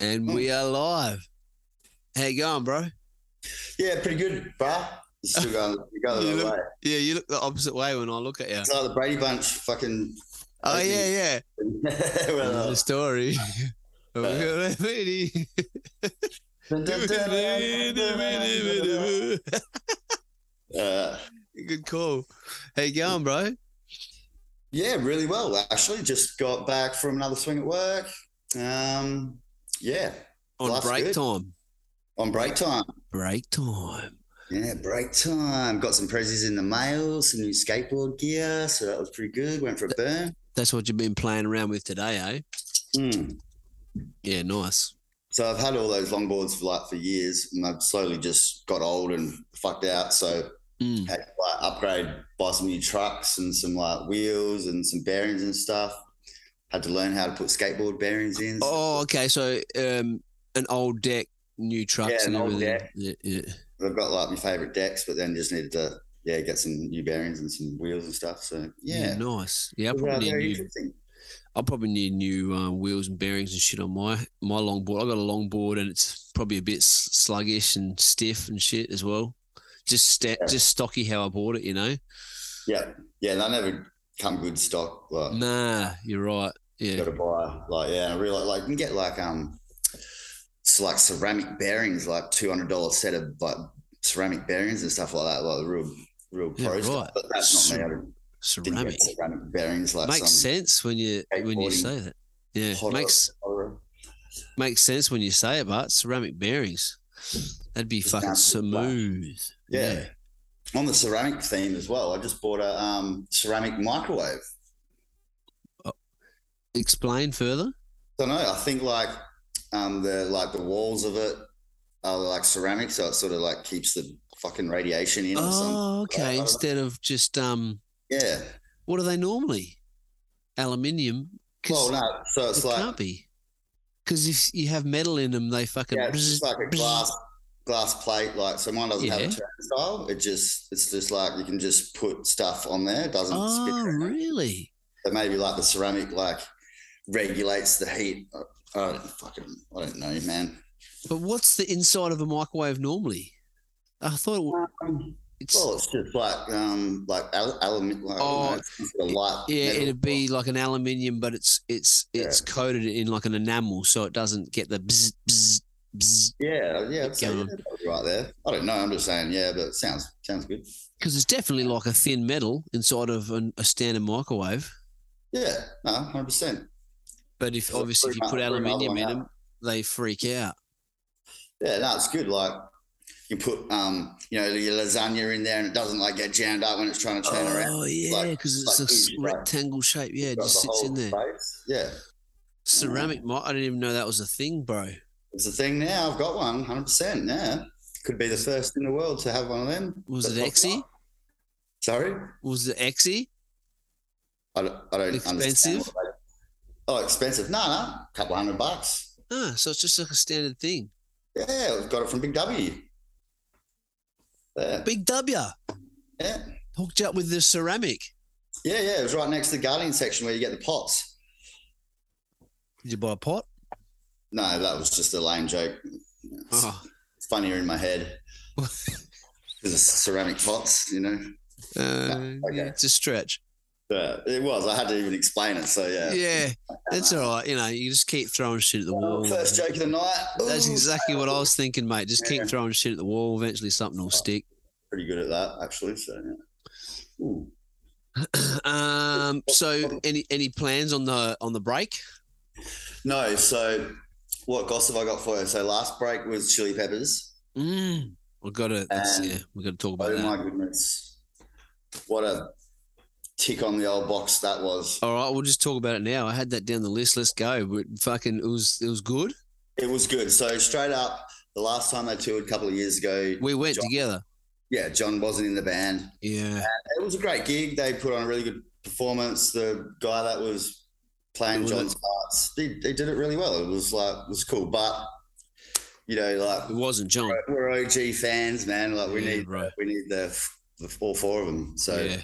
And we are live. How you going, bro? Yeah, pretty good, bruh. You're still going, you're going the You other look- way. Yeah, you look the opposite way when I look at you. It's like the Brady Bunch fucking. Oh Uh, yeah, yeah. Well, The story. Good uh, call. How you going, bro? yeah, really well, actually. Just got back from another swing at work. Um, yeah, On Life's break good. time. on break time. Break time. Yeah, break time. Got some prezzies in the mail, some new skateboard gear. So that was pretty good. Went for a burn. That's what you've been playing around with today, eh? Mm. Yeah, nice. So I've had all those longboards for like for years, and I've slowly just got old and fucked out. So Mm. had to like upgrade, buy some new trucks and some like wheels and some bearings and stuff. Had to learn how to put skateboard bearings in. Oh, okay. So um, an old deck, new trucks, Yeah, and an old everything. deck. Yeah, yeah. I've got like my favorite decks, but then just needed to yeah get some new bearings and some wheels and stuff. So yeah, nice. Yeah, I It was, uh, probably very need new. interesting. I probably need new um, wheels and bearings and shit on my my longboard. I got a longboard and it's probably a bit s- sluggish and stiff and shit as well. Just sta- Yeah. just stocky how I bought it, you know. Yeah, yeah, they never come good stock. Like, Nah, you're right. Yeah, Oh. got to buy like yeah, I realize like you can get like um, it's like ceramic bearings, like two hundred dollar set of like ceramic bearings and stuff like that, like the real real Yeah, pro stuff. right. But that's not me. I didn't- didn't ceramic get ceramic bearings like makes some sense when you when you skateboarding say that. Yeah, horror- makes horror- makes sense when you say it, but ceramic bearings, that'd be Just fucking bounce it back. smooth. Yeah. On the ceramic theme as well, I just bought a um, ceramic microwave. Explain further. don't know. I think like um, the like the walls of it are like ceramic, so it sort of like keeps the fucking radiation in. or something. Oh, I okay. don't know. Instead of just um, Yeah. what are they normally? Aluminium. 'Cause- Well, no. So it's it like can't be. Because if you have metal in them, they fucking. Yeah, it's just like a bzz. glass glass plate. Like so, mine doesn't have Yeah. a turnstile. It just it's just like you can just put stuff on there. It doesn't spit. oh, really? So maybe like the ceramic like regulates the heat. I, I don't fucking I don't know, man. But what's the inside of a microwave normally? I thought it w- Um, it's. well, it's just like um like al- alum like, Oh, oh, sort of light. yeah, metal. it'd be like an aluminium, but it's it's it's coated in like an enamel, so it doesn't get the bzz, bzz, bzz. Yeah, yeah, I'd say, Go yeah on. that'd be right there. I don't know. I'm just saying, yeah, but it sounds sounds good. Because it's definitely like a thin metal inside of an, a standard microwave. Yeah, no, hundred percent. But if obviously if you put aluminium in them, they freak out. Yeah, no, it's good. Like you put um, you know, your lasagna in there and it doesn't like get jammed up when it's trying to turn around. Oh yeah, like- because like it's huge, a like- rectangle shape. Yeah, it Got just the sits whole in there. space. Yeah. Ceramic mic. I didn't even know that was a thing, bro. It's a thing now. I've got one, hundred percent. Yeah. Could be the first in the world to have one of them. Was But it not- Exy? Sorry? Was it Exy? I don't, I don't understand Expensive? what they- Oh, expensive. No, no. Couple hundred bucks. Ah, so it's just like a standard thing. Yeah, I've got it from Big W. Yeah. Big W Yeah. hooked up with the ceramic. Yeah, yeah. It was right next to the gardening section where you get the pots. Did you buy a pot? No, that was just a lame joke. Oh, It's funnier in my head. Because ceramic pots, you know. uh, okay. yeah, it's a stretch. But it was. I had to even explain it. So yeah. Yeah, that's all right. You know, you just keep throwing shit at the wall. First joke of the night. Oh, That's Ooh, exactly what I was thinking, mate. Just keep Yeah. Oh. throwing shit at the wall. Eventually, something will stick. Pretty good at that, actually. So yeah. Ooh. Um, so, any any plans on the on the break? No, so what gossip I got for you? So last break was chili peppers. Mm, we got to Um, yeah, we got to talk about Oh that. my goodness. What a tick on the old box that was. All right, we'll just talk about it now. I had that down the list. Let's go. We're fucking, it was it was good. It was good. So straight up, the last time they toured a couple of years ago, We went John- together. yeah, John wasn't in the band. Yeah, It was a great gig. They put on a really good performance. The guy that was playing Was it- John's parts, they, they did it really well. It was like it was cool. But you know, like it wasn't John. we're OG fans, man. Like we Yeah, need right. we need the, the all four of them. So yeah,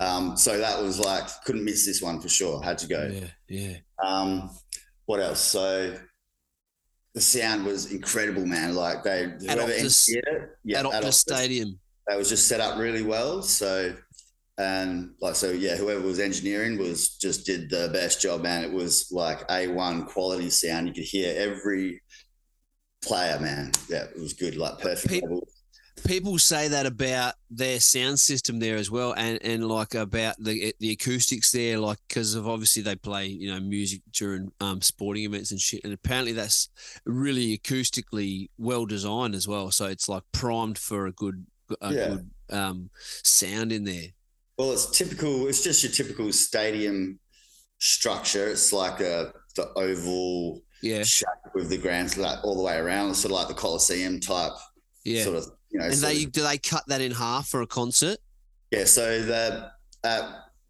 um, so that was like couldn't miss this one for sure. Had to go. yeah, yeah. Um, what else? So the sound was incredible, man. Like they whoever Optus- engineered it, yeah, at at Optus Optus, Stadium. that was just set up really well. So, and like so, yeah, whoever was engineering was just did the best job, man. It was like a one quality sound. You could hear every player, man. Yeah, it was good, like perfect Pe- level. People say that about their sound system there as well, and and like about the the acoustics there, like because of obviously they play you know music during um sporting events and shit, and apparently that's really acoustically well designed as well. So it's like primed for a good a Yeah. good um sound in there. Well, it's typical. It's just your typical stadium structure. It's like a the oval Yeah, shape with the grounds like all the way around, sort of like the Coliseum type, yeah. sort of you know. and sort they of- do they cut that in half for a concert? yeah, so the at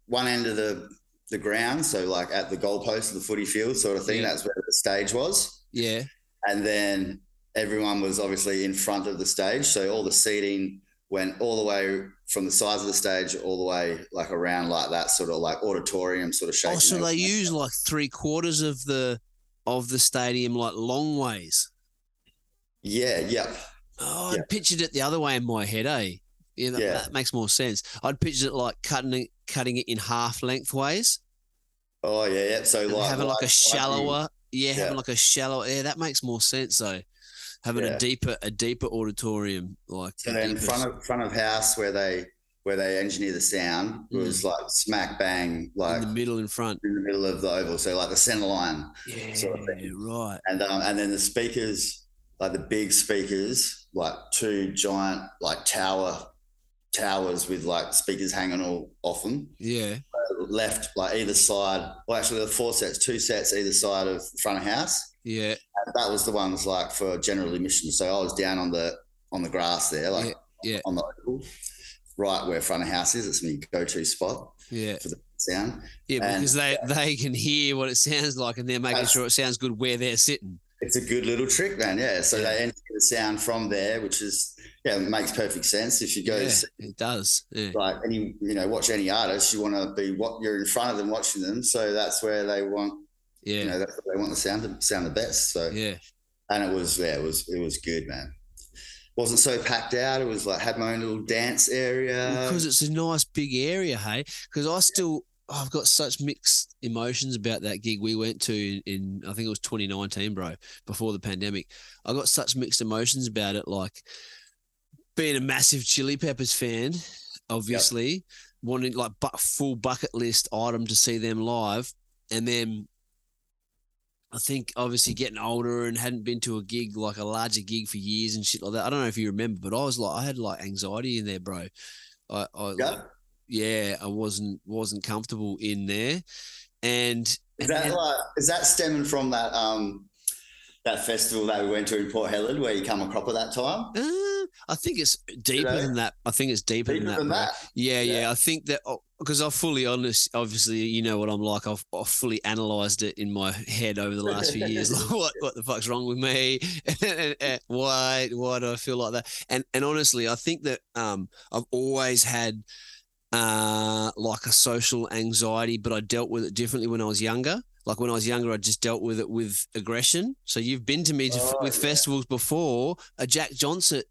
one end of the the ground, so like at the goalpost of the footy field, sort of thing. Yeah. That's where the stage was, Yeah, and then everyone was obviously in front of the stage, so all the seating went all the way from the sides of the stage all the way like around like that sort of like auditorium sort of shape. Oh, so they use like three quarters of the of the stadium, like long ways. Yeah, yep. Oh, Yeah. I pictured it the other way in my head, eh? Yeah, that, Yeah. that makes more sense. I'd pictured it like cutting it, cutting it in half lengthways, Oh yeah, yeah. So and like having like, a shallower, yeah, Yeah. having like a shallow. Yeah, that makes more sense though. Having Yeah. a deeper, a deeper auditorium, like So then front of front of house where they where they engineer the sound Hmm. was like smack bang like in the middle, in front. in the middle of the oval, so like the center line, Yeah, sort of thing. right. and um, and then the speakers like the big speakers like two giant like tower towers with like speakers hanging all off them Yeah, left like either side well actually there were four sets two sets either side of front of house yeah. that was the ones like for general admission. So I was down on the on the grass there, like Yeah, yeah. on the oval, right where front of house is. It's my go-to spot Yeah, for the sound. yeah, And- because they they can hear what it sounds like, and they're making That's- sure it sounds good where they're sitting. It's a good little trick, man. Yeah. So Yeah. they enter the sound from there, which is yeah, it makes perfect sense. If you go yeah, see, it does. Yeah. like any you know watch any artist, you want to be what you're in front of them watching them. So that's where they want Yeah. you know that's where they want the sound to sound the best. So yeah. and it was yeah, it was it was good, man. Wasn't so packed out. It was like had my own little dance area. Because it's a nice big area, hey? Because I still, I've got such mixed emotions about that gig we went to in, in, I think it was 2019, bro, before the pandemic. I got such mixed emotions about it. Like being a massive Chili Peppers fan, obviously, wanting like bu- full bucket list item to see them live. And then I think obviously getting older and hadn't been to a gig like a larger gig for years and shit like that. I don't know if you remember, but I was like, I had like anxiety in there, bro. I, I Yeah. like, yeah, I wasn't wasn't comfortable in there, and Is and- that and- like is that stemming from that um that festival that we went to in Port Helen where you come a crop at that time? uh, I think it's deeper know? than that. I think it's deeper, Deeper than that. than bro. that. Yeah, yeah, Yeah. I think that because I'm fully honest. Obviously, you know what I'm like. I've, I've fully analysed it in my head over the last few years. Like, what what the fuck's wrong with me? And, and why why do I feel like that? And and honestly, I think that um I've always had uh like a social anxiety, but I dealt with it differently when I was younger. Like when I was younger, I just dealt with it with aggression. So you've been to me to, Oh, with yeah. festivals before. A Jack Johnson,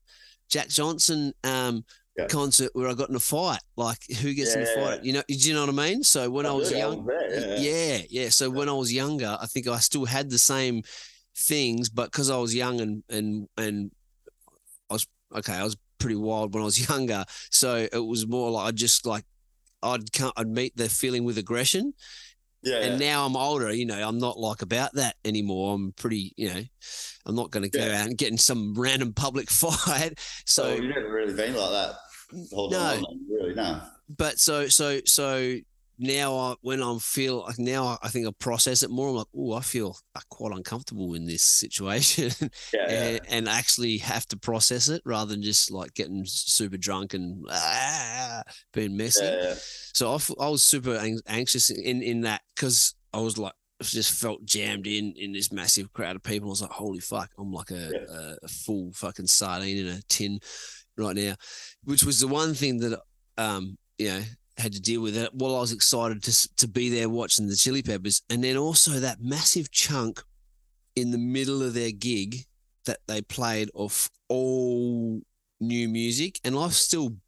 Jack Johnson, um, Yeah. concert where I got in a fight. Like who gets in a Yeah. fight? You know, do you know what I mean? So when I was Yeah, young, there, yeah. yeah, yeah. So when I was younger, I think I still had the same things, but because I was young and and and I was okay, I was pretty wild when I was younger. So it was more like I just like I'd come, I'd meet the feeling with aggression, Yeah, and yeah. now I'm older. You know, I'm not like about that anymore. I'm pretty, you know, I'm not going to go Yeah. out and get in some random public fight. So so you've Oh, never really been like that. the whole No. time, really, no. but so so so now I when I feel like now I- I think I process it more. I'm like, oh, I feel uh, quite uncomfortable in this situation, Yeah, yeah. and, and actually have to process it rather than just like getting super drunk and ah, being messy. yeah, yeah. So I, f- I was super ang- anxious in in that because I was like I just felt jammed in in this massive crowd of people. I was like, holy fuck, I'm like a, a, a full fucking sardine in a tin right now, which was the one thing that um you know had to deal with it. Well, I was excited to s- to be there watching the Chili Peppers, and then also that massive chunk in the middle of their gig that they played off all new music, and I've still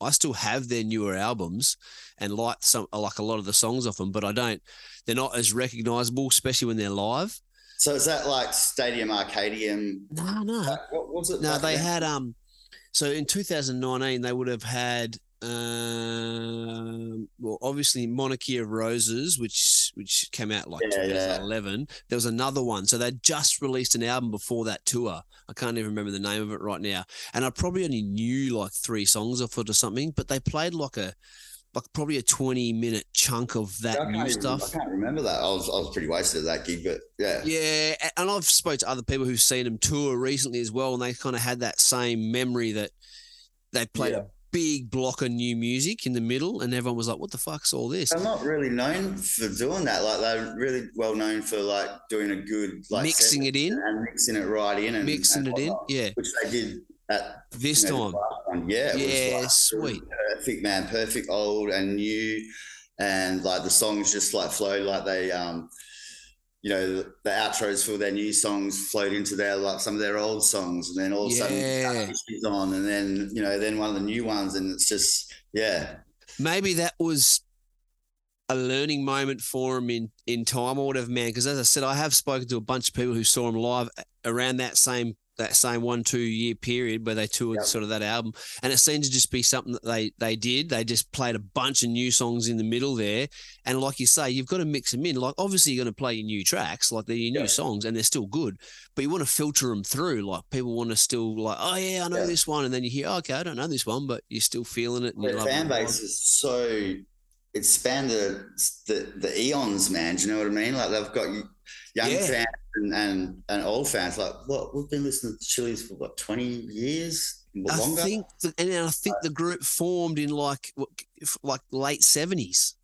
I still have their newer albums and like some like a lot of the songs off them, but I don't. They're not as recognizable, especially when they're live. So is that like Stadium Arcadium? No, no, What was it? Uh-huh. no. like they then? had um. So in 2019, they would have had um. Well, obviously Monarchy of Roses, which which came out like Yeah, yeah. 2011. There was another one. So they just released an album before that tour. I can't even remember the name of it right now. And I probably only knew like three songs off it or something, but they played like a like probably a 20 minute chunk of I that can't new even- stuff. I can't remember that. I was I was pretty wasted at that gig, but yeah. Yeah, a- and I've spoke to other people who've seen them tour recently as well, and they kind of had that same memory that they played a big block of new music in the middle, and everyone was like, "What the fuck's all this?" They're not really known for doing that. Like they're really well known for like doing a good like mixing it in, set and mixing it right in and mixing and it in, whatnot, yeah. which they did at This you time, know, the last one. Yeah, it yeah, was like sweet. perfect, man, perfect, old and new, and like the songs just like flowed like they um. You know the, the outros for their new songs flowed into their like some of their old songs, and then all of a Yeah. sudden she's on, and then you know then one of the new ones, and it's just yeah, Maybe that was a learning moment for him in in time or whatever, man. Because as I said, I have spoken to a bunch of people who saw him live around that same that same one two year period where they toured Yep. sort of that album, and it seemed to just be something that they they did. They just played a bunch of new songs in the middle there, and like you say, you've got to mix them in. Like obviously you're going to play your new tracks, like they're your new Yeah. songs, and they're still good, but you want to filter them through. Like people want to still like, oh yeah, I know Yeah. this one, and then you hear, "Oh, okay, I don't know this one, but you're still feeling it. And you Their love it fan and you base is so it's spanned the, the the eons, man. Do you know what I mean? Like they've got young Yeah. fans and, and and old fans. Like what we've been listening to Chili's for what twenty years I longer. think, the, and I think the group formed in like what- f- like late seventies.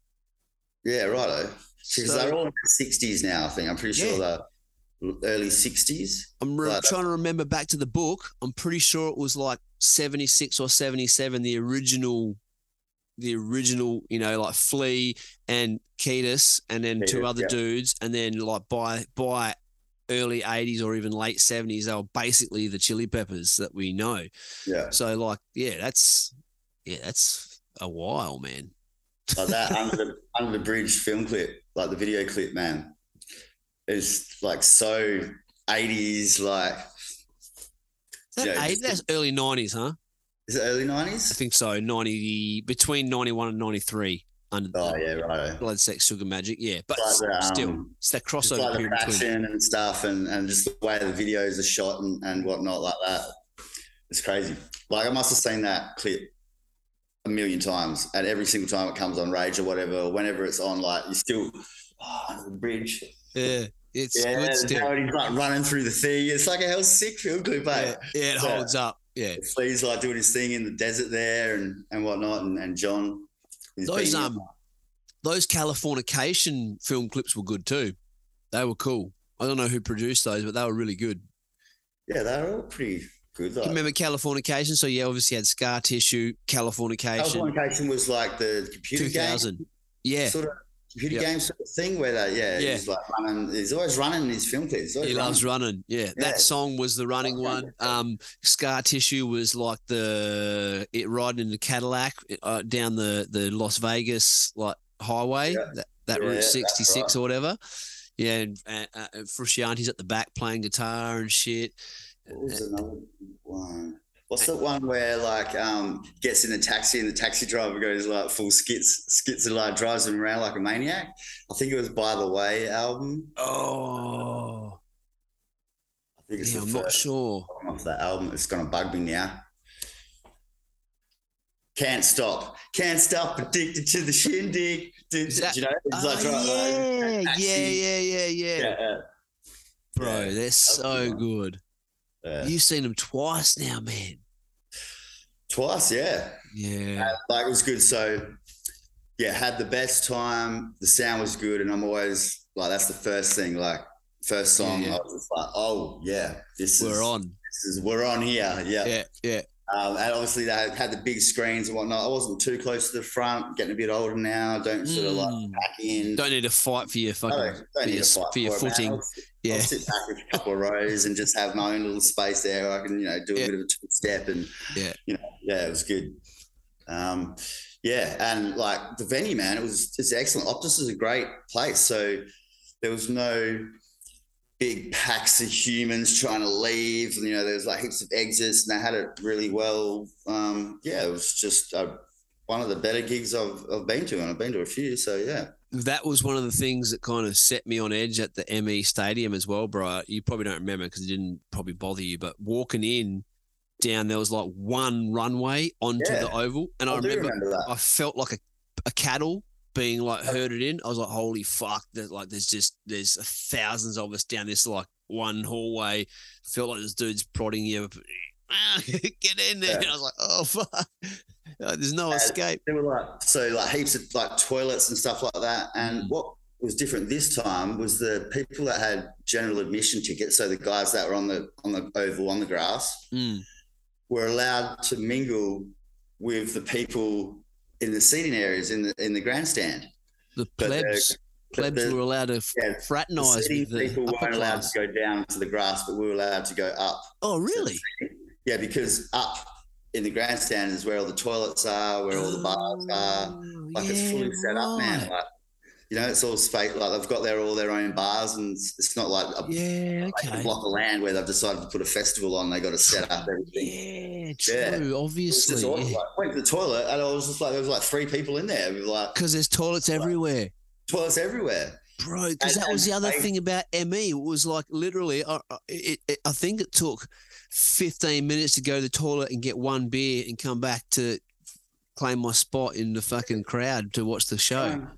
yeah, righto. Because they're So all in their sixties now. I think I'm pretty sure they're early sixties. I'm re- Right. trying to remember back to the book. I'm pretty sure it was like seventy six or seventy seven. The original, the original, you know, like Flea and Ketis, and then two Ketis, other yeah. dudes, and then like by by early eighties or even late seventies, they were basically the Chili Peppers that we know. Yeah, So like, yeah, that's yeah, that's a while, man. like that under the under the bridge film clip, like the video clip, man. It's like so eighties, like That Yeah, eight, just- that's early nineties, huh? is it early I nineties? think so. Ninety between ninety one and ninety three under Oh the yeah, righto. blood, sex, sugar, magic. Yeah, but It's like the, um, still, it's that just crossover like the period between. fashion and stuff and, and just the way the videos are shot and, and whatnot like that. It's crazy. Like I must have seen that clip a million times and every single time it comes on Rage or whatever, or whenever it's on, like you still oh, under the bridge. Yeah, it's yeah, good and still. how he's like running through the thing. It's like a hell sick film clip, Yeah, eh? yeah, it Yeah. holds up. Yeah, Flea's like doing his thing in the desert there and, and whatnot and, and John he's those beating um, him. those Californication film clips were good too. They were cool. I don't know who produced those, but they were really good. Yeah, they're all pretty good You like. remember Californication? So yeah, obviously had Scar Tissue, Californication, Californication was like the computer two game. thousand. Yeah, sort of computer Yep. game sort of thing where they, yeah, Yeah. he's like running, he's always running in his film clips. He's always He loves running. Yeah. Yeah. That song was the running Okay. one. Um, Scar Tissue was like the it riding in the Cadillac uh, down the the Las Vegas like highway Yeah. that, that Yeah, Route that's sixty six right. or whatever. Yeah, and, and, uh, and Frusciante's at the back playing guitar and shit. What was another one? What's the one where like um gets in a taxi and the taxi driver goes like full skits, skits and like drives him around like a maniac? I think it was By the Way album. Oh, I think it's yeah, the I'm not first sure. song off that album. It's gonna bug me now. Can't stop, can't stop, addicted to the shindig. Do, Is that- do you know? It's like driving around in Oh, a yeah, taxi. Oh, yeah, yeah, yeah, yeah, yeah, yeah. bro, Yeah. they're so good. yeah. You've seen them twice now, man. Twice, yeah. Yeah, Like it was good. So yeah, had the best time. The sound was good, and I'm always like, that's the first thing. Like first song, Yeah, yeah. I was just like, oh yeah, this is we're on. This is we're on here. Yeah. Yeah, yeah. Um, and obviously they had the big screens and whatnot. I wasn't too close to the front. Getting a bit older now. Don't sort of like Mm. back in. don't need to fight for your fucking No, don't for need your, to fight for your it, man. footing. I was- Yeah. I'll sit back with a couple of rows and just have my own little space there. Where I can, you know, do a Yeah. bit of a two step and, Yeah. you know, yeah, it was good. Um, yeah, and like the venue, man, it was it's excellent. Optus is a great place, so there was no big packs of humans trying to leave. You know, there was like heaps of exits, and they had it really well. Um, yeah, it was just uh, one of the better gigs I've, I've been to, and I've been to a few. So yeah, that was one of the things that kind of set me on edge at the ME Stadium as well, bro. You probably don't remember because it didn't probably bother you, but walking in down there was like one runway onto Yeah. the oval, and I, I, do remember, remember that. I felt like a, a cattle being like herded in. I was like, holy fuck! There's like there's just there's thousands of us down this like one hallway. Felt like this dude's prodding you. "Ah, Get in there! Yeah. And I was like, oh fuck! Like, There's no Yeah. escape. There were like Mm. so like heaps of like toilets and stuff like that. And Mhm. what was different this time was the people that had general admission tickets, so the guys that were on the on the oval on the grass, Mm. were allowed to mingle with the people in the seating areas in the in the grandstand. The But they're- plebs. But plebs the- were allowed to f- yeah, the fraternize seating with people the upper weren't allowed class. to go down to the grass, but we were allowed to go up. Oh, really? Yeah, because up in the grandstand is where all the toilets are, where all the bars are. Oh, Like it's yeah, fully set up, man. right. Like, you know, it's all space. Like they've got their all their own bars, and it's, it's not like a, Yeah. like a Okay. block of land where they've decided to put a festival on. They got to set up everything. Yeah. Yeah. True. It was just Obviously. awesome. Like, went to the toilet, and I was just like, there was like three people in there. It was like Because there's toilets everywhere, toilets everywhere. bro. Because And- that was the and other they- thing about ME. It was like literally, I, I- it, it, I think it took 15 minutes to go to the toilet and get one beer and come back to claim my spot in the fucking crowd to watch the show. Trying-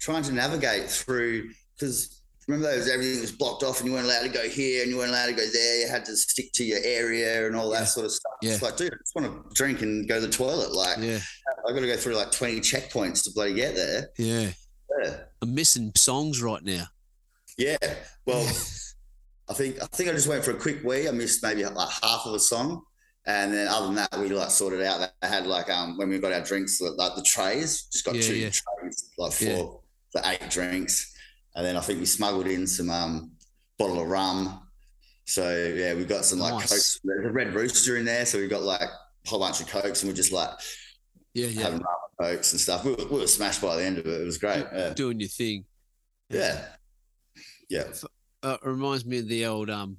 Trying to navigate through because remember those everything was blocked off, and you weren't allowed to go here, and you weren't allowed to go there. You had to stick to your area and all that Yeah. sort of stuff. Yeah. It's like, dude, I just want to drink and go to the toilet. Like, Yeah. I got to go through like twenty checkpoints to bloody get there. Yeah. Yeah. I'm missing songs right now. Yeah. Well, I think I think I just went for a quick wee. I missed maybe like half of a song, and then other than that, we like sorted out. I had like um when we got our drinks, like the trays, just got Yeah, two yeah. trays, like Yeah. four, the eight drinks, and then I think we smuggled in some um bottle of rum. So yeah, we got some like Nice. cokes. There's a red rooster in there, so we got like a whole bunch of cokes, and we're just like Yeah. Yeah. having rum and cokes and stuff. We were, we were smashed by the end of it. It was great. Yeah. Doing your thing. Yeah. Yeah. uh, it reminds me of the old um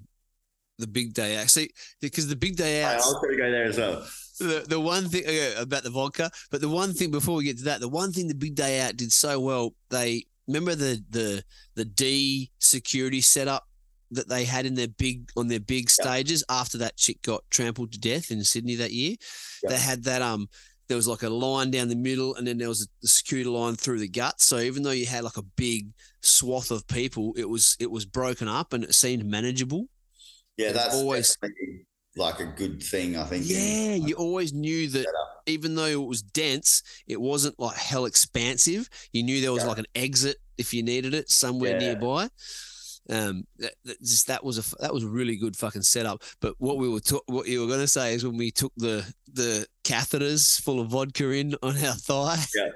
the big day out. See, because the big day I out, was going to go there as well. the, the one thing okay, about the vodka, but the one thing before we get to that, the one thing the big day out did so well, they remember the the the D security setup that they had in their big on their big Yeah. stages after that chick got trampled to death in Sydney that year. Yeah. They had that um there was like a line down the middle and then there was a, the security line through the gut. So even though you had like a big swath of people, it was it was broken up and it seemed manageable. Yeah, It's that's always- always like a good thing, I think. Yeah, in- you always knew that Set even though it was dense, it wasn't like hell expansive. You knew there was Yeah. like an exit if you needed it somewhere Yeah. nearby. Um, that, that just that was a f- that was a really good fucking setup. But what we were ta- what you were gonna say is when we took the the catheters full of vodka in on our thigh. Yeah.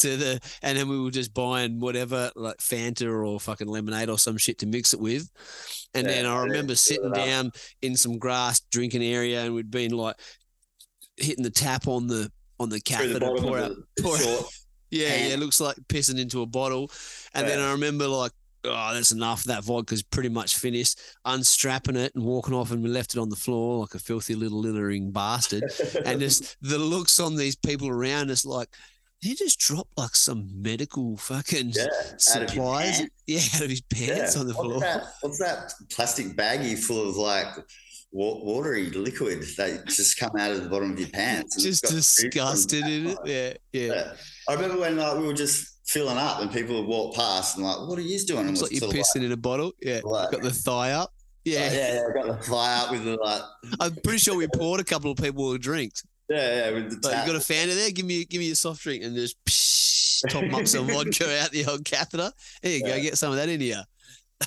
To the and then we were just buying whatever like Fanta or fucking lemonade or some shit to mix it with, and Yeah, then I and then remember sitting it up. down in some grass drinking area, and we'd been like hitting the tap on the on the through catheter, the bottom pour of out, the- the pour out- short. yeah, yeah, hand. looks like pissing into a bottle, and then Yeah. I remember like, oh, that's enough. That vodka's pretty much finished. Unstrapping it and walking off, and we left it on the floor like a filthy little littering bastard. and just the looks on these people around us, like he just dropped like some medical fucking Yeah, out of his supplies, hand. yeah, out of his pants Yeah. on the what's floor. That, what's that plastic baggie full of like wa- watery liquid that just come out of the bottom of your pants? and Just it's got food on disgusted in it. back. Yeah, yeah. Yeah. I remember when like we were just filling up and people would walk past and like, what are you doing? And Looks we're like you're sort of pissing in a bottle. Yeah. like- Got the thigh up. Yeah. yeah, yeah, I got the fly up with the like, I'm pretty sure we poured a couple of people a drinks. yeah, yeah, with the But tap. you got a fan in there? Give me give me a soft drink and just psh, top 'em up some vodka out the old catheter. There you go, Yeah. get some of that in here.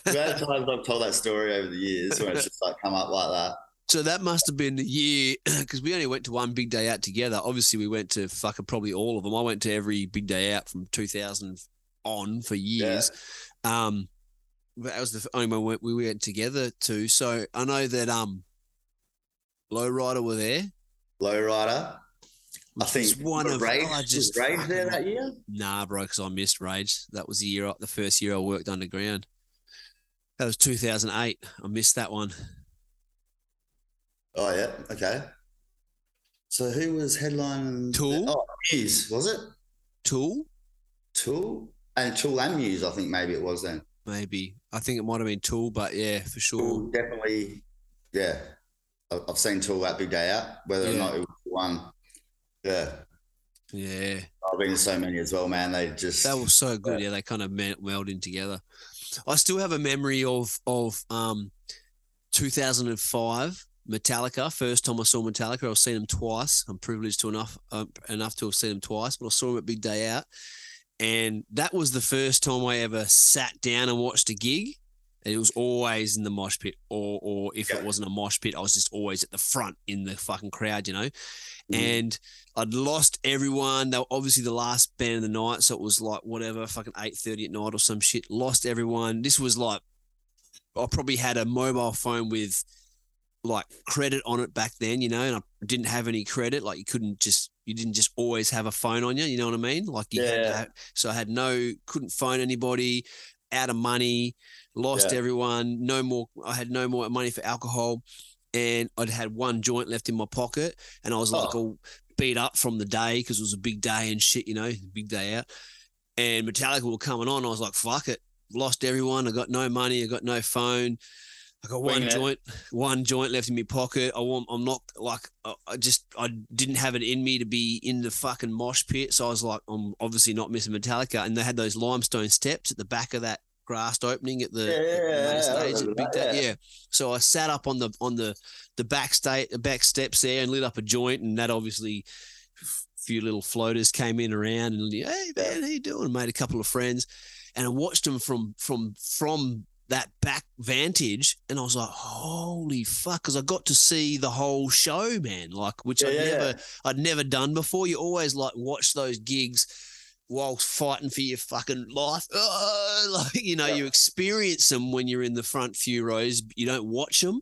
The amount of times I've told that story over the years when it's just like come up like that. So that must have been the year because we only went to one big day out together. Obviously, we went to fucking probably all of them. I went to every big day out from 2000 on for years. Um, that was the only one we went, we went together to. So I know that um, Lowrider were there. Lowrider. I think It's one was of- Rage, I was just Rage there fucking- that year. Nah, bro, because I missed Rage. That was the year, I- the first year I worked underground. That was 2008. I missed that one. Oh yeah, okay. So who was headlining? Tool? Oh, Muse was it? Tool, Tool and Tool and Muse, I think maybe it was then. maybe. I think it might have been Tool, but yeah, for sure. Tool definitely, yeah. I- I've seen Tool that big day out, whether or Yeah. not it was one. Yeah, Yeah, I've been to so many as well, man. They just that was so good. Yeah, they kind of mel- melded together. I still have a memory of of um, 2005 Metallica. First time I saw Metallica, I've seen them twice. I'm privileged to enough um, enough to have seen them twice, but I saw them at Big Day Out, and that was the first time I ever sat down and watched a gig. And it was always in the mosh pit, or or if Yeah. it wasn't a mosh pit, I was just always at the front in the fucking crowd, you know. Mhm. And I'd lost everyone. They were obviously the last band of the night, so it was like whatever, fucking eight thirty at night or some shit. Lost everyone. This was like I probably had a mobile phone with like credit on it back then, you know, and I didn't have any credit. Like you couldn't just, you didn't just always have a phone on you. You know what I mean? Like you had to Yeah. have, so I had no, couldn't phone anybody, out of money, lost Yeah. everyone, no more. I had no more money for alcohol, and I'd had one joint left in my pocket, and I was like Oh. all beat up from the day because it was a big day and shit, you know, big day out. And Metallica were coming on. I was like, fuck it. Lost everyone. I got no money. I got no phone. I got one Winging it. joint, one joint left in my pocket. I want. I'm not like. I, I just. I didn't have it in me to be in the fucking mosh pit. So I was like, I'm obviously not missing Metallica. And they had those limestone steps at the back of that grassed opening at the yeah, yeah, main yeah, I stage at remember Big that, Day. Yeah. So I sat up on the on the the back state the back steps there and lit up a joint, and that obviously f- few little floaters came in around and hey man, how you doing? Made a couple of friends, and I watched them from from from that back vantage, and I was like, holy fuck, because I got to see the whole show, man. Like which Yeah, I yeah, never yeah. I'd never done before. You always like watch those gigs while fighting for your fucking life. Oh, like you know, Yeah. you experience them when you're in the front few rows. but You don't watch them.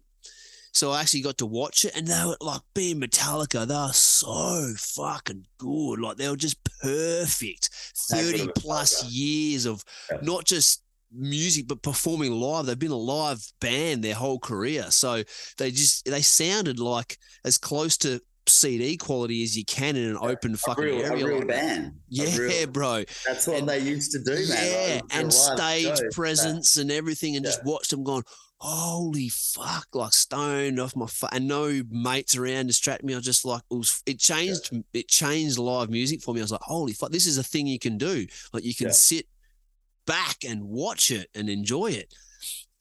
So I actually got to watch it, and they were like being Metallica. They are so fucking good. Like they were just perfect. How good Thirty are plus Metallica? years of Yeah. not just music but performing live. They've been a live band their whole career, so they just they sounded like as close to CD quality as you can in an open A fucking real, a area. real like that. band. A Yeah, real- bro. that's what and- they used to do, yeah, man. like, and live stage shows. presence and everything, and just watched them going, holy fuck, like stoned off my fu- and no mates around distract me. I was just like, it, was, it changed, it changed live music for me. I was like, holy fuck, this is a thing you can do. Like you can Yeah. sit back and watch it and enjoy it.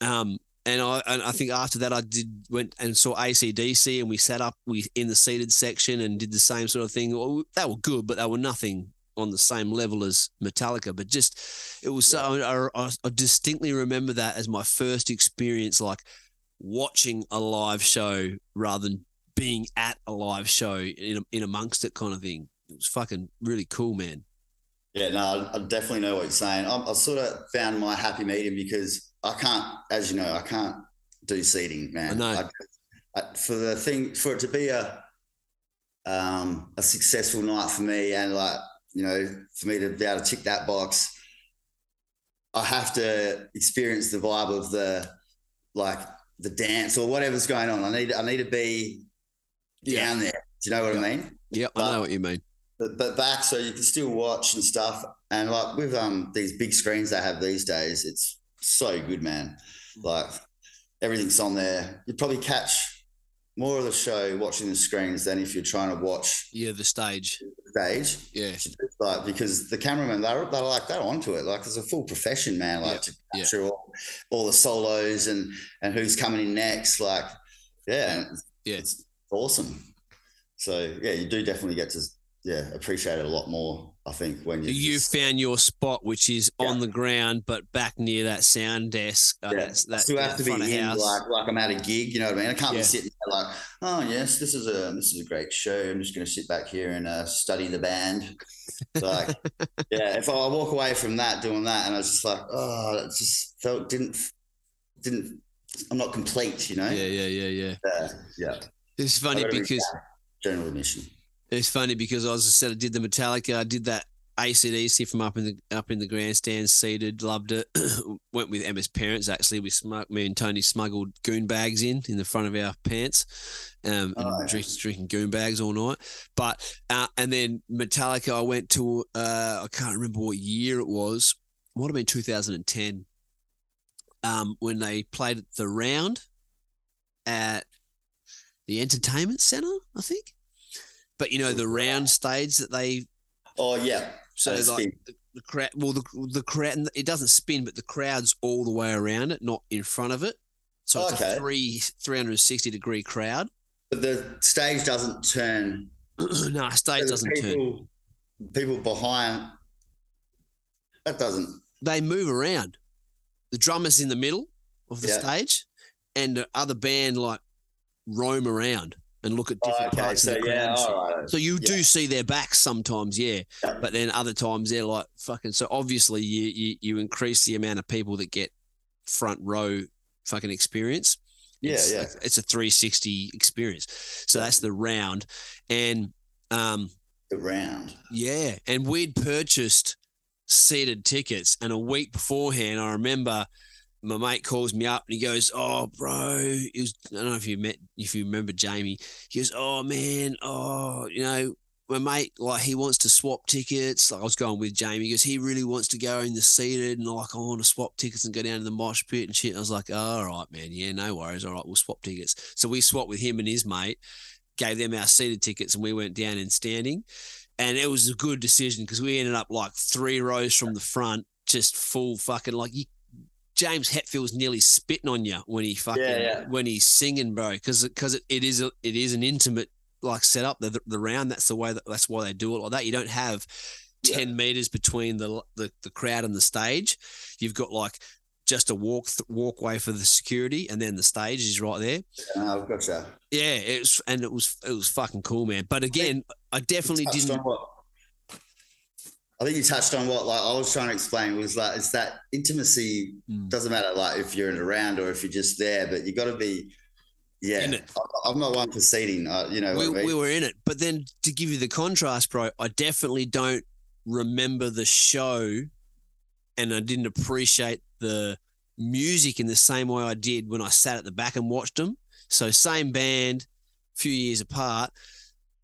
Um, and I and I think after that I did went and saw ACDC and we sat up we in the seated section and did the same sort of thing. Well, they were good, but they were nothing on the same level as Metallica. But just it was so I, I, I distinctly remember that as my first experience, like watching a live show rather than being at a live show in in amongst it kind of thing. It was fucking really cool, man. Yeah, no, I- I definitely know what you're saying. I'm, I sort of found my happy medium because I can't, as you know, I can't do seating, I man. know. I- I- for the thing, for it to be a um, a successful night for me, and like you know, for me to be able to tick that box, I have to experience the vibe of the like the dance or whatever's going on. I need, I need to be Yeah. down there. Do you know what I mean? Yeah, I know what you mean. but, but back so you can still watch and stuff. And like with um these big screens they have these days, it's so good, man. Like everything's on there. You probably catch more of the show watching the screens than if you're trying to watch Yeah, the stage. stage. Yeah, Like because the cameraman they're, they're like they're onto it. Like it's a full profession, man. Like to yeah. capture all, all the solos and and who's coming in next. Like yeah, Yeah. it's awesome. So yeah, you do definitely get to yeah appreciate it a lot more. I think when you you found your spot, which is on the ground, but back near that sound desk. Uh, Yeah. that's, I that, still have that to be front of in house. like like I'm at a gig. You know what I mean? I can't Yeah. be sitting there like oh yes, this is a this is a great show. I'm just going to sit back here and uh, study the band. Like yeah, if I walk away from that doing that and I was just like oh, it just felt didn't didn't I'm not complete, you know. Yeah, yeah, yeah, yeah. Uh, yeah. It's I funny gotta read because that. general admission. It's funny because I was I said I did the Metallica, I did that ACDC from up in the up in the grandstand, seated, loved it. Went with Emma's parents actually. We smuggled me and Tony smuggled goon bags in in the front of our pants, um, Oh, and yeah. drink, drinking goon bags all night. But uh, and then Metallica, I went to uh, I can't remember what year it was. Might have been 2010. Um, when they played the round at the entertainment center, I think. But you know the round stage that they Oh yeah. so That's like big. the crowd, well the the crowd, it doesn't spin, but the crowd's all the way around it, not in front of it. So it's Okay. a three three hundred and sixty degree crowd. but the stage doesn't turn no, stage So the doesn't turn. people, People behind that doesn't. They move around. The drummer's in the middle of the Yeah. stage, and the other band like roam around and look at different Oh, okay, parts of so the crowd. yeah, and shit. all right. So you Yeah. do see their backs sometimes, yeah. Yeah. But then other times they're like fucking. So obviously you, you you increase the amount of people that get front row fucking experience. Yeah, it's, yeah. It's a 360 experience. So that's the round, and um The round. yeah, and we'd purchased seated tickets, and a week beforehand, I remember. My mate calls me up and he goes, "Oh, bro, it was, I don't know if you met, if you remember Jamie. He goes, "Oh man, oh, you know, my mate, like he wants to swap tickets. Like I was going with Jamie. He goes, he really wants to go in the seated and like I want to swap tickets and go down to the mosh pit and shit. And I was like, all right, man, yeah, no worries. All right, we'll swap tickets. So we swapped with him and his mate, gave them our seated tickets, and we went down in standing. And it was a good decision because we ended up like three rows from the front, just full fucking like you. James Hetfield's nearly spitting on you when he fucking Yeah, yeah. when he's singing, bro, because because it, it is a, it is an intimate like set up the the round. That's the way that that's why they do it like that. You don't have ten meters between the, the the crowd and the stage. You've got like just a walk th- walkway for the security, and then the stage is right there. Uh, I've got you. Yeah, it's and it was it was fucking cool, man. But again, I definitely Touched didn't. on what? I think you touched on what like I was trying to explain was like it's that intimacy Mm. doesn't matter like if you're in a round or if you're just there, but you got to be. Yeah, In it. I- I'm not one for seating. Uh, you know, we, what I mean? we were in it. But then to give you the contrast, bro, I definitely don't remember the show and I didn't appreciate the music in the same way I did when I sat at the back and watched them. So, same band, few years apart.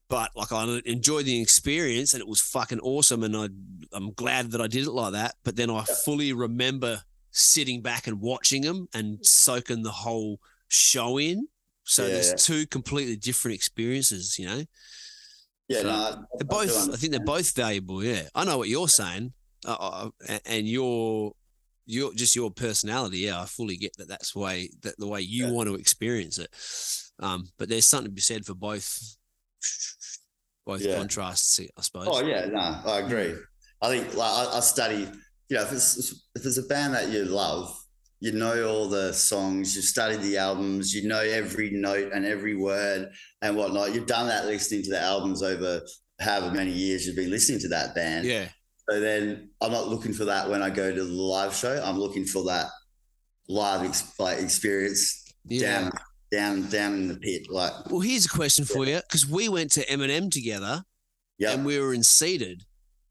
But like I enjoyed the experience and it was fucking awesome and I I'm glad that I did it like that. But then I fully remember sitting back and watching them and soaking the whole show in. So Mm. Yeah, there's yeah. two completely different experiences, you know. yeah, no, I- I They're do both, I understand. think they're both valuable. Yeah, I know what you're saying, uh, uh, and your your just your personality. Yeah, I fully get that. That's way that the way you Yeah. want to experience it. Um, but there's something to be said for both both Yeah. contrasts, I suppose. Oh yeah, no, I agree. I think like I, I study. You know, if it's if it's a band that you love, you know all the songs, you've studied the albums, you know every note and every word and whatnot. You've done that listening to the albums over however many years you've been listening to that band. yeah, So then I'm not looking for that when I go to the live show. I'm looking for that live ex- like experience yeah. down down down in the pit. Like Well, here's a question for you because we went to Eminem together yeah, and we were in seated,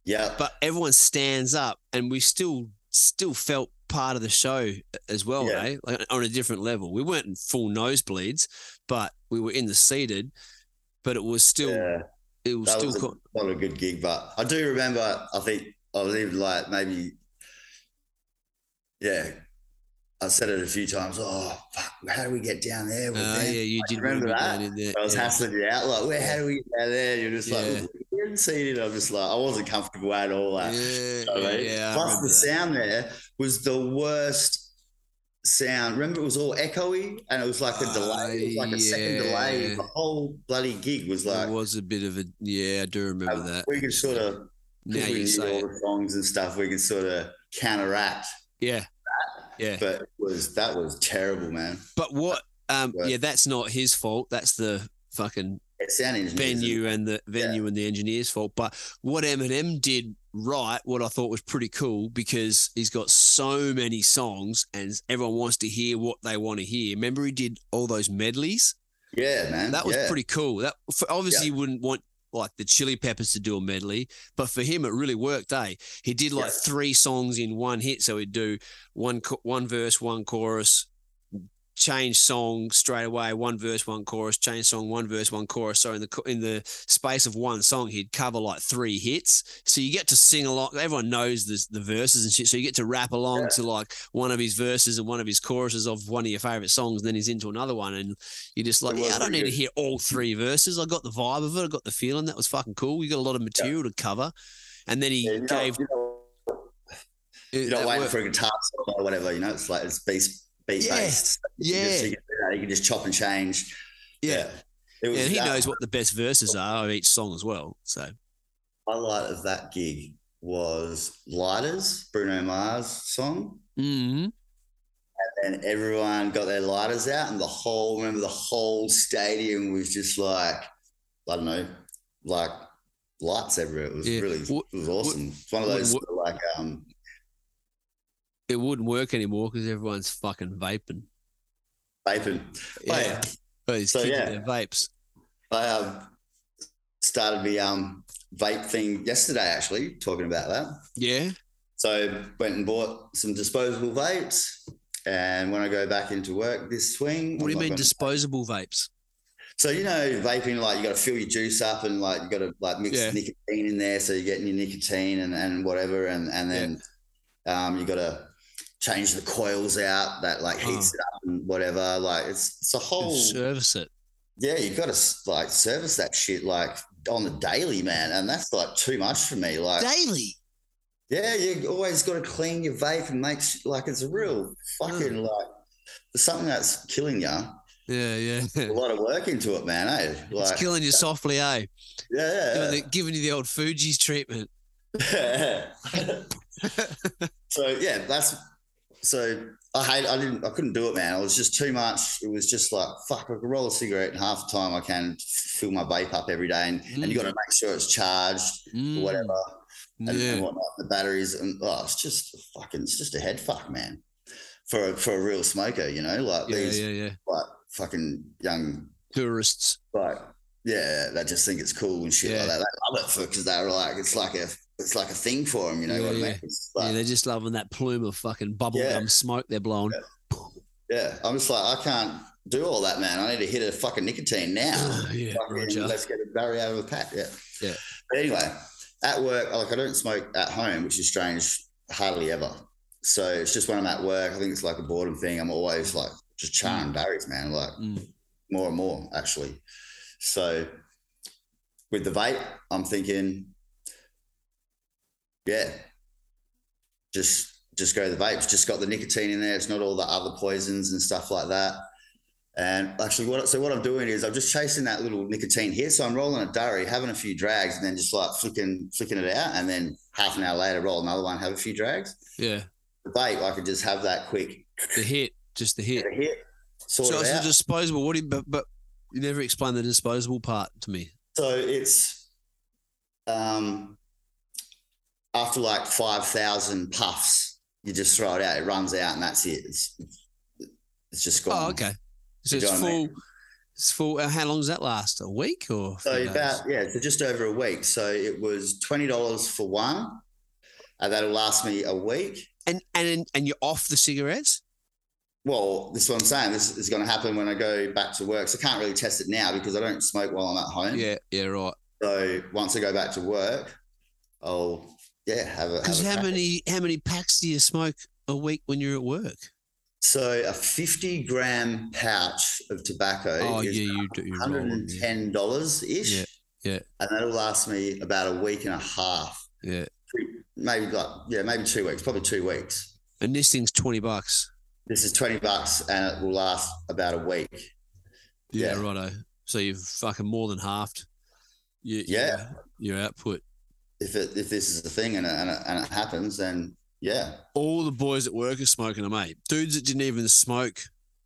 yeah, but everyone stands up and we still still felt part of the show as well Yeah. eh? like on a different level we weren't in full nosebleeds but we were in the seated but it was still yeah. it was That still was a- co- not a good gig, but I do remember. I think I lived like maybe, yeah. I said it a few times. Oh, fuck, how do we get down there? With Oh, them? yeah you did remember remember that? that in there I was yeah. hassling you out like, where? How do we get down there? You're just Yeah. like, we haven't seen it. I'm just like, I wasn't comfortable at all. Like, yeah, you know what I yeah, mean? yeah, I Plus, remember the that. sound there was the worst sound. Remember, it was all echoey, and it was like the Ah, delay. It was like a second delay. yeah. The whole bloody gig was like. it was a bit of a yeah i do remember Um, that We can sort of now we you knew say all it. the songs and stuff. We can sort of counteract, yeah yeah but it was that was terrible, man. but what um Right. yeah that's not his fault that's the fucking It sounded venue and the venue and the engineer's fault. But what Eminem did write what I thought was pretty cool because he's got so many songs and everyone wants to hear what they want to hear. Remember, he did all those medleys. Yeah, man. That was yeah. pretty cool. That for, obviously you wouldn't want like the Chili Peppers to do a medley, but for him it really worked. Eh? He did like Yeah. three songs in one hit, so he'd do one cho- one verse, one chorus, change song straight away, one verse, one chorus, change song, one verse, one chorus. So in the co- in the space of one song, he'd cover like three hits. So you get to sing along. Everyone knows the the verses and shit, so you get to rap along Yeah. to like one of his verses and one of his choruses of one of your favorite songs, and then he's into another one, and you're just like, It was yeah, I don't pretty need to good. hear all three verses. I got the vibe of it. I got the feeling. That was fucking cool. You got a lot of material to cover. And then he Yeah, you know- gave. you know, it- you're not that waiting work- for a guitar solo or whatever. You know, it's like it's beat beat Yeah. based. You can yeah, just- you, can, do that, you can just chop and change. yeah, It was And he that- knows what the best verses are of each song as well. So highlight of that gig was Lighters, Bruno Mars song. Mm-hmm. Mhm. And everyone got their lighters out, and the whole remember the whole stadium was just like I don't know, like lights everywhere. It was Yeah. really Wh- it was awesome. It's one of wh- those wh- like um it wouldn't work anymore because everyone's fucking vaping. vaping. Yeah, Oh, yeah. But he's So, kicking yeah. their vapes. I um, started the um vape thing yesterday actually talking about that. Yeah, So went and bought some disposable vapes. And when I go back into work this swing, what do I'm you not mean gonna- disposable vapes? So you know, vaping like you got to fill your juice up and like you got to like mix Yeah. nicotine in there, so you're getting your nicotine and and whatever, and and then um, you got to change the coils out that like heats it up and whatever. Like it's it's a To whole service it. yeah. You got to like service that shit like on the daily, man, and that's like too much for me. Like Daily. yeah, you always got to clean your vape and make sh- like it's a real fucking like something that's killing you. A Yeah, yeah. lot of work into it, man. Eh? it's Like killing you softly, eh? yeah, yeah, yeah. Giving, the, giving you the old Fuji's treatment. so yeah, that's so I hate I didn't I couldn't do it, man. It was just too much. It was just like fuck, I could roll a cigarette and half the time I can fill my vape up every day and, and you gotta make sure it's charged Mm, or whatever and, yeah. and whatnot, the batteries and oh it's just fucking it's just a head fuck, man. For a for a real smoker, you know, like yeah, these yeah, yeah. like fucking young Tourists. like yeah, they just think it's cool and shit Yeah. like that. They love it for because they're like it's like a it's like a thing for them, you know Yeah, what yeah. I mean? It's like- yeah, they're just loving that plume of fucking bubblegum Yeah. smoke they're blowing. Yeah, I'm just like, I can't do all that, man. I need to hit a fucking nicotine now. yeah, Fucking Roger. Let's get a barrier out of the pack. Yeah. Yeah. But anyway, at work, like I don't smoke at home, which is strange, hardly ever. So it's just when I'm at work, I think it's like a boredom thing. I'm always like just charring berries, man. Like Mm. more and more actually. So with the vape, I'm thinking, yeah, just just go the vapes. Just got the nicotine in there. It's not all the other poisons and stuff like that. And actually, what so what I'm doing is I'm just chasing that little nicotine here. So I'm rolling a durry, having a few drags, and then just like flicking flicking it out, and then half an hour later, roll another one, have a few drags. Yeah, The vape, I could just have that quick the hit, just the hit. get a hit, sort So it it's a out. disposable. What do you, but, but you never explained the disposable part to me. So it's um, after like 5,000 puffs, you just throw it out. It runs out and that's it. It's, it's just gone. Oh, okay. So You it's know what I full. mean? It's full. uh, How long does that last? A week or? a So few days? about, yeah, so just over a week. So it was $20 for one and that'll last me a week. and and and you're off the cigarettes. Well, this is what I'm saying. This is going to happen when I go back to work. So I can't really test it now because I don't smoke while I'm at home. Yeah, yeah, right. So once I go back to work, I'll, yeah, have a. Because have a how crack at it. many how many packs do you smoke a week when you're at work? So a 50 gram pouch of tobacco Oh yeah, is you do. You're rolling. Yeah. $110 ish. Yeah, yeah. And that'll last me about a week and a half. yeah, Maybe like, yeah, maybe two weeks, probably two weeks. and this thing's twenty bucks. This is 20 bucks and it will last about a week. Yeah, Yeah. righto. So you've fucking more than halved. Your, Yeah. Your, your output. If it, if this is the thing and it, and it, and it happens, then yeah. All the boys at work are smoking them, mate. Dudes that didn't even smoke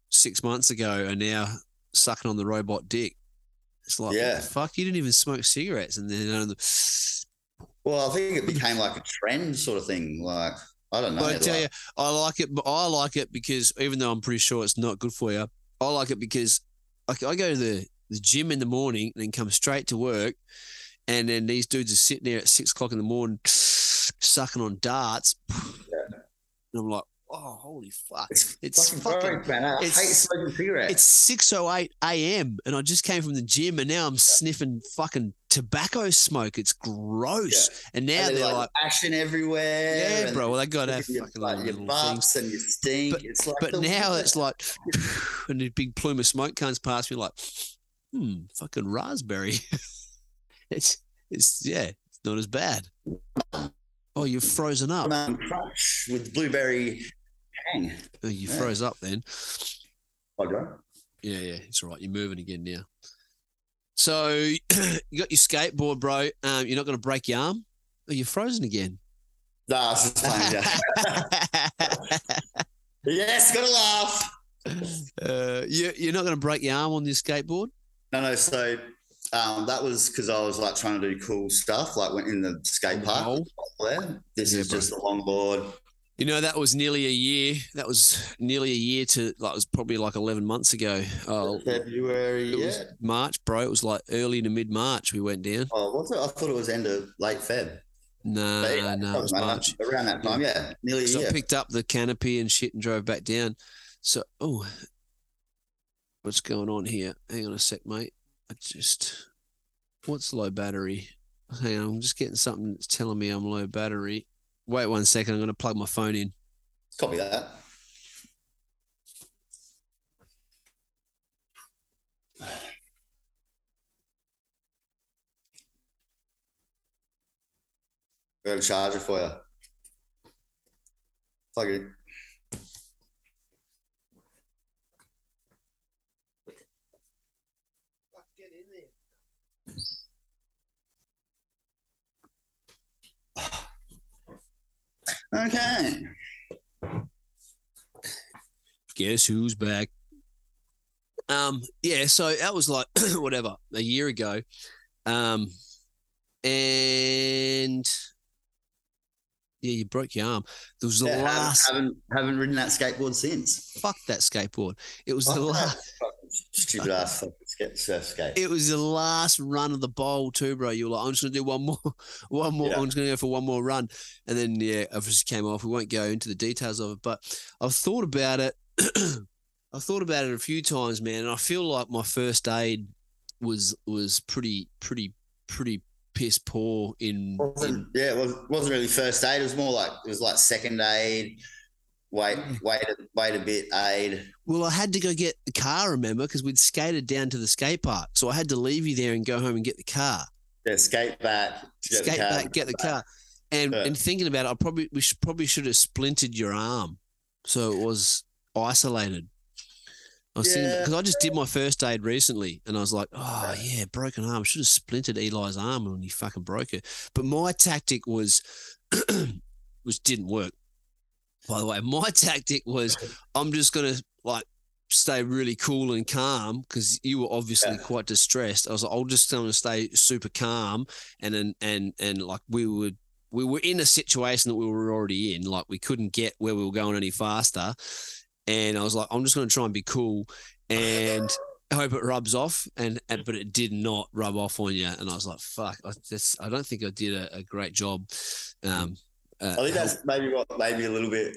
six months ago are now sucking on the robot dick. It's like, yeah. Yeah. fuck, you didn't even smoke cigarettes, and then Well, I think it became like a trend sort of thing. Like I don't know. But I tell like- you, I like it. but I like it because even though I'm pretty sure it's not good for you, I like it because I, I go to the, the gym in the morning and then come straight to work, and then these dudes are sitting there at six o'clock in the morning, sucking on darts, and I'm like, oh, holy fuck! It's It's fucking, fucking gross, man. I hate it's- smoking cigarettes. It's 6:08 a.m. and I just came from the gym and now I'm sniffing fucking tobacco smoke. It's gross. And now And they're, then, like, ashen everywhere. yeah, and bro. Well, they got to Your, have fucking like, like, your little things. butts and your stink. it's like But the now worst. it's like, and a big plume of smoke comes past me, like, hmm, fucking raspberry. it's it's yeah, it's not as bad. Oh, you've frozen up. Lemon crunch with blueberry hang. Oh, you Yeah. froze up then. Oh, bro. Yeah, yeah, it's all right. You're moving again now. So you got your skateboard, bro. Um, you're not going to break your arm. Oh, you're frozen again. Nah, it's just funny, yeah. yes, gotta laugh. uh, you, you're not going to break your arm on your skateboard. No, no. So um, that was because I was like trying to do cool stuff, like went in the skate park. Oh. There. This Yeah, is bro. just the longboard. You know, that was nearly a year. That was nearly a year to like it was probably like eleven months ago. Oh, February. it Yeah. was March, bro. It was like early to mid March. We went down. Oh, was it? I thought it was end of late Feb. No, But yeah, no, it was around that- March. Around that time, yeah. Nearly a So I year. picked up the canopy and shit and drove back down. So, oh, what's going on here? Hang on a sec, mate. I just, what's low battery? Hang on, I'm just getting something that's telling me I'm low battery. Wait one second, I'm going to plug my phone in. Copy that. Got a charger for you. Plug it. in. Okay. Guess who's back? Um, yeah, so that was like whatever, a year ago. Um, and yeah, you broke your arm. There was the Yeah, last haven't, haven't haven't ridden that skateboard since. fuck that skateboard. It was the Fuck last. that fucking Stupid ass fucking skate, surf skate. It was the last run of the bowl too, bro. You were like, I'm just gonna do one more, one more. Yeah. I'm just gonna go for one more run, and then yeah, obviously came off. We won't go into the details of it, but I've thought about it. I've thought about it a few times, man, and I feel like my first aid was was pretty, pretty, pretty piss poor in. in wasn't, yeah, it was, wasn't really first aid. It was more like it was like second aid. Wait, Mm. wait, a- wait a bit. Aid. well, I had to go get the car, remember, because we'd skated down to the skate park, so I had to leave you there and go home and get the car. Yeah, skate back. to get the skate car. back, get the car. And Yeah. and thinking about it, I probably we should, probably should have splintered your arm so it was isolated. I was thinking Yeah. because I just did my first aid recently, and I was like, oh yeah, broken arm. Should have splintered Eli's arm when he fucking broke it. But my tactic was was didn't work. By the way, my tactic was I'm just gonna like stay really cool and calm because you were obviously Yeah. quite distressed. I was like, I'll just gonna stay super calm and and and and like we would we were in a situation that we were already in, like we couldn't get where we were going any faster. And I was like, I'm just gonna try and be cool and hope it rubs off. And, and but it did not rub off on you. And I was like, fuck, I, that's, I don't think I did a, a great job. Um, uh, Mm. I think that's maybe what maybe a little bit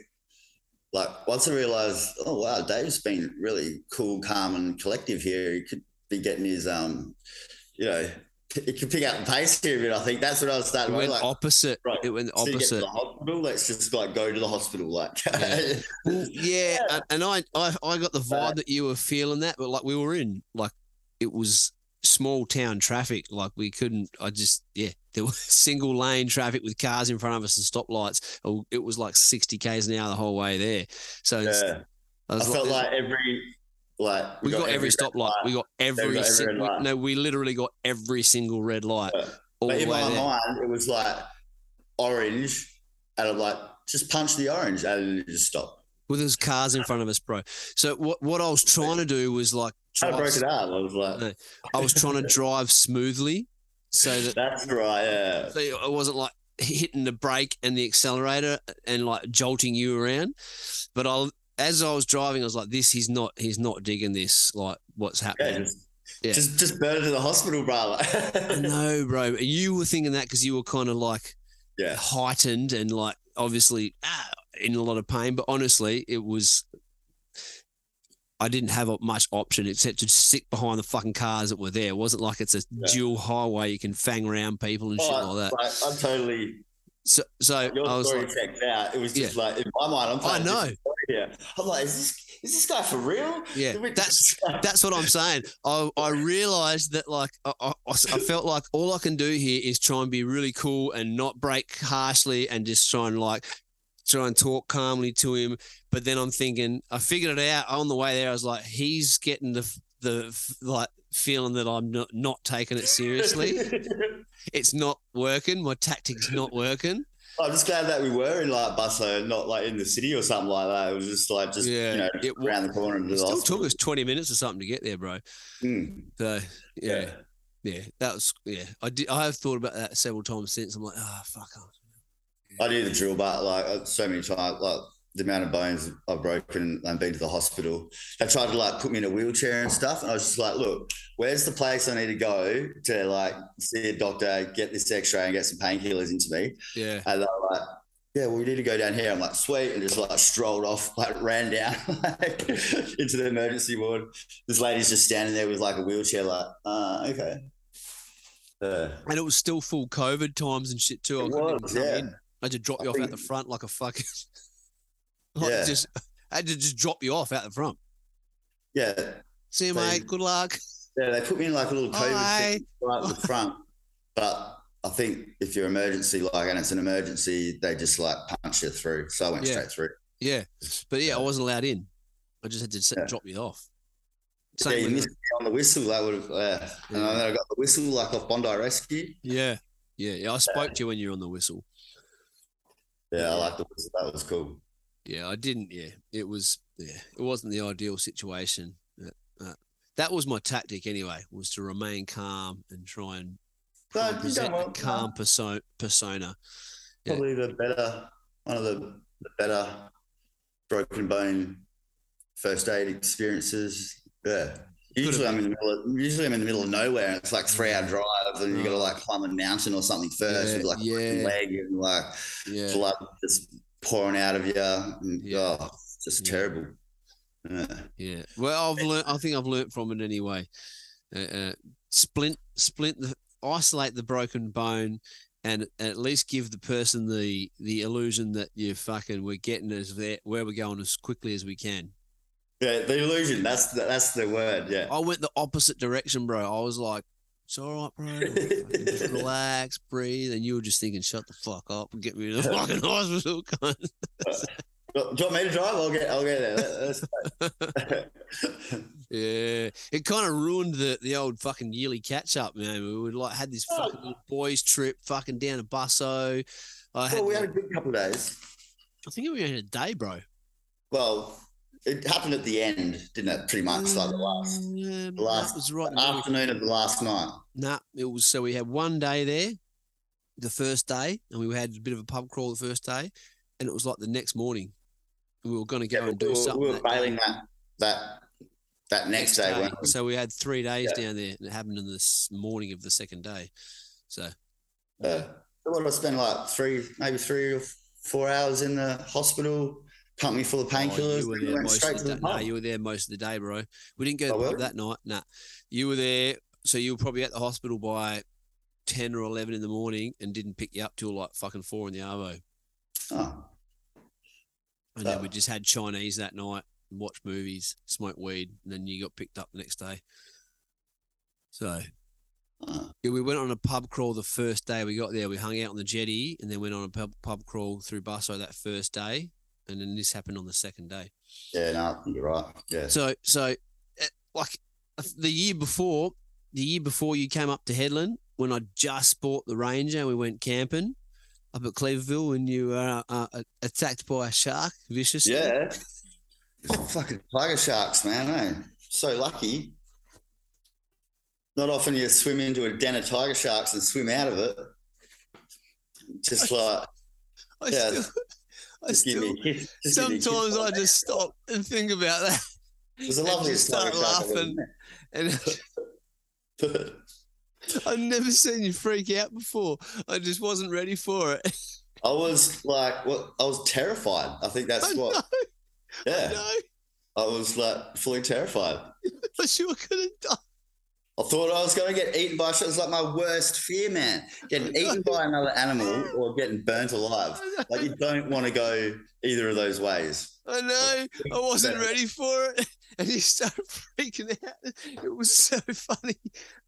like once I realised, oh wow, Dave's been really cool, calm, and collective here. He could be getting his um, you know, he could pick up the pace here a bit. I think that's what I was it starting. went like, opposite. right, It went so you get to opposite. the hospital, let's just like go to the hospital. Like, Yeah. Well, yeah, and, and I, I I got the vibe But- that you were feeling that, but like we were in like it was small town traffic. Like we couldn't. I just yeah, there was single lane traffic with cars in front of us and stoplights. Oh, It was like sixty k's an hour the whole way there. So it's- yeah. I, I was felt like. like every like we got, every stoplight. We got every, got every sing- red we- light. no. We literally got every single red light Yeah. all But the in way my there. mind, it was like orange, and I'm like, just punch the orange, and it just stopped. Well, there's cars in front of us, bro. So what what I was trying to do was like I drive, broke it up. I was like, No. I was trying to drive smoothly so that that's right. Yeah. So it wasn't like hitting the brake and the accelerator and like jolting you around. But I'll as I was driving, I was like, this he's not he's not digging this. Like what's happening? Yeah, just, Yeah. just just burn it to the hospital, bro. no, bro. You were thinking that because you were kind of like Yeah. heightened and like obviously ah, in a lot of pain. But honestly, it was. I didn't have a- much option except to stick behind the fucking cars that were there. It wasn't like it's a Yeah. dual highway you can fang around people and shit Oh, like that. like, I'm totally. So, so Your I was story like, checked out. It was just like in my mind. I'm I playing know, Yeah. I'm like, is this is this guy for real? yeah, Did we- that's that's what I'm saying. I, I realized that like I, I, I felt like all I can do here is try and be really cool and not break harshly and just try and like try and talk calmly to him. But then I'm thinking I figured it out on the way there. I was like, he's getting the the like feeling that I'm not not taking it seriously. it's not working. My tactics not working. I'm just glad that we were in like Busso and not like in the city or something like that. It was just like just Yeah, you know it wa- around the corner and to It the still hospital. took us 20 minutes or something to get there, bro. Mm, So yeah. yeah. Yeah, that was yeah. I did. I have thought about that several times since. I'm like, ah, fuck. I- I do the drill but like uh, so many times, like the amount of bones I've broken and been to the hospital. They tried to like put me in a wheelchair and stuff, and I was just like, look, where's the place I need to go to like see a doctor, get this X-ray, and get some painkillers into me? Yeah, And they were like, yeah, well, we need to go down here. I'm like, sweet. And just like strolled off, like ran down like, into the emergency ward. This lady's just standing there with like a wheelchair, like, uh, okay. Uh, and it was still full COVID times and shit too. I it couldn't even was, come yeah. in. I had to drop I you off out think- the front like a fucking. like Yeah. just, I had to just drop you off out the front. Yeah. See you, They- mate. Good luck. Yeah, they put me in like a little COVID Hi. thing right at the front. But I think if you're emergency, like, and it's an emergency, they just like punch you through. So I went Yeah. straight through. Yeah, but yeah, I wasn't allowed in. I just had to s Yeah. drop you off. yeah, you Same missed with, me on the whistle. That would have, yeah. And Yeah. then I got the whistle like off Bondi Rescue. yeah, yeah, yeah. I spoke to you when you were on the whistle. Yeah, I like the whistle. That was cool. Yeah, I didn't. Yeah, it was. Yeah, it wasn't the ideal situation. But, uh, that was my tactic anyway, was to remain calm and try and No, try and you've done present well. a calm perso- persona. Yeah. probably the better one of the, the better broken bone first aid experiences. Yeah. Usually I'm in the middle of usually I'm in the middle of nowhere and it's like three hour drive and you gotta like climb a mountain or something first Yeah, with like a broken yeah. leg and like Yeah, blood just pouring out of you. And, Yeah. Oh, it's just Yeah. terrible. Yeah. yeah. Well, I've learned. I think I've learned from it anyway. Uh, uh, splint, splint, the, isolate the broken bone, and at least give the person the the illusion that you fucking we're getting as there where we're going as quickly as we can. Yeah, the illusion. That's the, that's the word. Yeah. I went the opposite direction, bro. I was like, it's all right, bro. Fucking just relax, breathe. And you were just thinking, shut the fuck up and get me to the fucking hospital. cunt." Do you want me to drive? I'll get I'll get there. That- that's- yeah. It kind of ruined the, the old fucking yearly catch up, man. We would like had this Oh. fucking little boys trip fucking down to Busso. I had, well, we had a good couple of days. I think we had a day, bro. Well, it happened at the end, didn't it? Pretty much Mm. like the last Yeah, the last- that was right. in the middle. afternoon of the last night. Nah, it was so we had one day there, the first day, and we had a bit of a pub crawl the first day, and it was like the next morning. We were going to go Yeah, and do we, were, something. we were that bailing that that that next, day. weren't we? So we had three days down there, and it happened in this morning of the second day. So oh, Uh, what did I spend like three, maybe three or four hours in the hospital, pumped me full of Oh, painkillers, you were and there went most straight of to the the day. No, pub. you were there most of the day, bro. We didn't go to Oh, the pub were we? that night. Nah, you were there. So you were probably at the hospital by ten or eleven in the morning, and didn't pick you up till like fucking four in the arvo. Oh, And then Oh. we just had Chinese that night, watched movies, smoked weed, and then you got picked up the next day. So oh. yeah, we went on a pub crawl the first day we got there. We hung out on the jetty and then went on a pub, pub crawl through Busso that first day. And then this happened on the second day. yeah, no, I think you're right. Yeah, So, so eh, like the year before, the year before you came up to Headland, when I just bought the Ranger and we went camping up at Cleaverville, when you were uh, uh, attacked by a shark viciously. yeah. Fucking tiger sharks, man. Eh? So lucky. Not often you swim into a den of tiger sharks and swim out of it. Just like I Yeah. still, I just give still me. just give me a kiss sometimes I like that. just stop and think about that. It was a I lovely just slow start crack, I wasn't And it? I've never seen you freak out before. I just wasn't ready for it. I was like, what? I was terrified. I think that's I what. know, yeah, I know. I was like fully terrified. I sure could have done. I thought I was going to get eaten by a shark. It's like my worst fear, man. Getting eaten by another animal or getting burnt alive. I Like know. you don't want to go either of those ways. I know. I wasn't ready for it. And you started freaking out. It was so funny.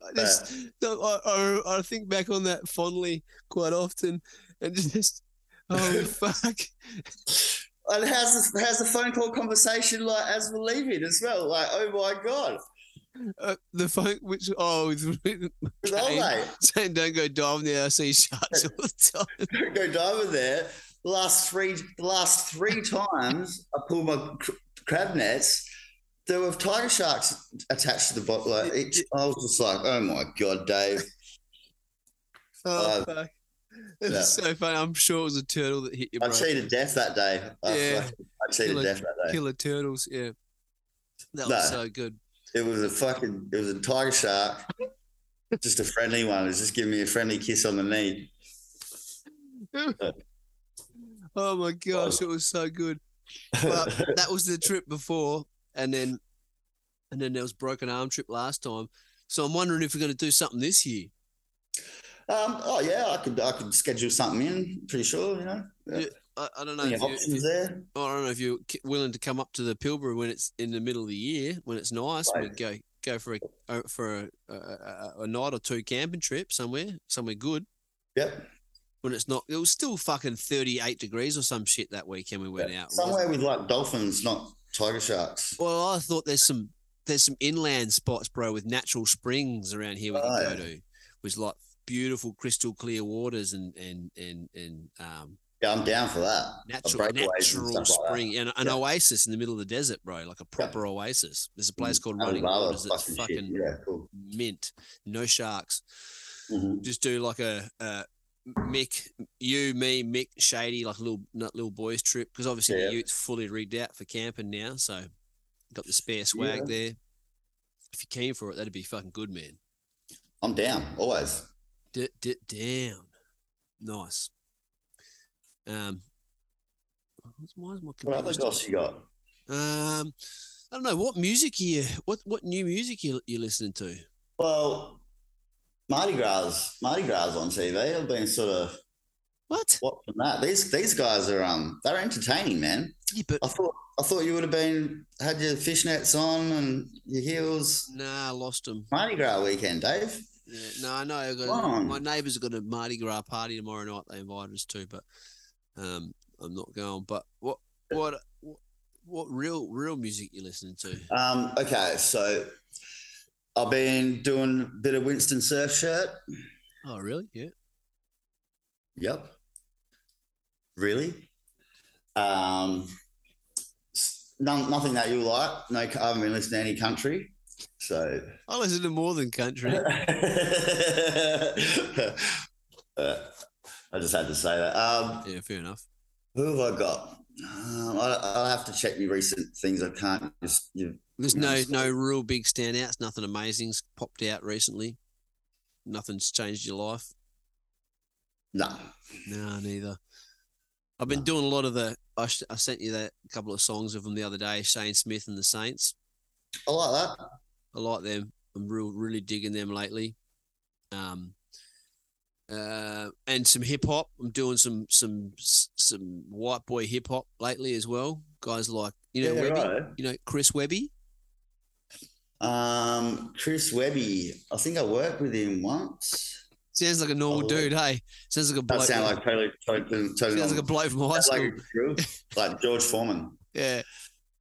I just, so I, I, I think back on that fondly quite often and just, oh, fuck. And how's this, how's the phone call conversation like as we're leaving as well? Like, oh my god, Uh, the phone, which, oh, it's- It's all Okay. right. saying don't go diving there. I see sharks all the time. Don't go diving there. Last three, last three times I pulled my cr- crab nets. There were tiger sharks attached to the bottom. Like each, I was just like, oh my god, Dave. Oh, Uh, fuck. It was yeah. so funny. I'm sure it was a turtle that hit you, I bro. cheated Oh, death that day. I, Yeah. I cheated Killer- death that day. Killer turtles. Yeah. That was No. so good. It was a fucking. It was a tiger shark. just a friendly one. It was just giving me a friendly kiss on the knee. Oh my gosh, it was so good. Well, that was the trip before, and then and then there was broken arm trip last time. So I'm wondering if we're going to do something this year. Um, oh yeah, I could I could schedule something in. Pretty sure, you know. Yeah, I, I don't know. Plenty If of you, options there. I don't know if you're ki- willing to come up to the Pilbara when it's in the middle of the year, when it's nice. Right. We go go for a uh, for a, a, a, a night or two camping trip somewhere, somewhere good. Yep. When it's not, it was still fucking 38 degrees or some shit that weekend we went out. It wasn't- Somewhere with like dolphins, not tiger sharks. Well, I thought there's some there's some inland spots, bro, with natural springs around here we can go Right. to, with like beautiful crystal clear waters and and and and um, Yeah, I'm down for that. natural breakaways and natural stuff like that. spring and an Yeah. oasis in the middle of the desert, bro, like a proper oasis. There's Mm, a place called Running Alibaba Waters that's fucking, shit. yeah, cool. mint, no sharks. Mhm. Just do like a. a Mick, you, me, Mick, Shady, like a little nut little boys trip because obviously Yeah. the ute's fully rigged out for camping now, so got the spare swag Yeah. there. If you came for it, that'd be fucking good, man. I'm down always. Dip, dip down, nice. Um, why is my What computer other still- goss you got? Um, I don't know what music are you what what new music you you listening to? Well, Mardi Gras, Mardi Gras on TV. I've been sort of What? watching that. These these guys are um they're entertaining, man. Yeah, but I thought I thought you would have been had your fishnets on and your heels. nah, I lost them. Mardi Gras weekend, Dave. Yeah, no, I know. I've got Wrong. my neighbours have got a Mardi Gras party tomorrow night. They invited us to, but um, I'm not going. But what, what, what, what real, real music you listening to? Um, okay, so I've been doing a bit of Winston Surf shirt. Oh, really? Yeah. Yep. Really? Um, s- none, nothing that you like. No, I haven't been listening to any country. So, I listen to more than country. Uh, I just had to say that. Um, yeah, fair enough. who have I got? Um, I, I'll have to check my recent things. I can't just. You, There's no, Nice. no real big standouts. Nothing amazing's popped out recently. Nothing's changed your life. no. No, neither. I've been No. doing a lot of the. I, sh- I sent you that couple of songs of them the other day. Shane Smith and the Saints. I like that. I like them. I'm real, really digging them lately. Um, uh, and some hip hop. I'm doing some some s- some white boy hip hop lately as well. Guys like you know Webby, you know Chris Webby. Um, Chris Webby. I think I worked with him once. Sounds like a normal Oh, dude, hey? Sounds like a That bloke. sound like totally, totally, totally sounds like a bloke from high That's school. like true. like George Foreman. yeah,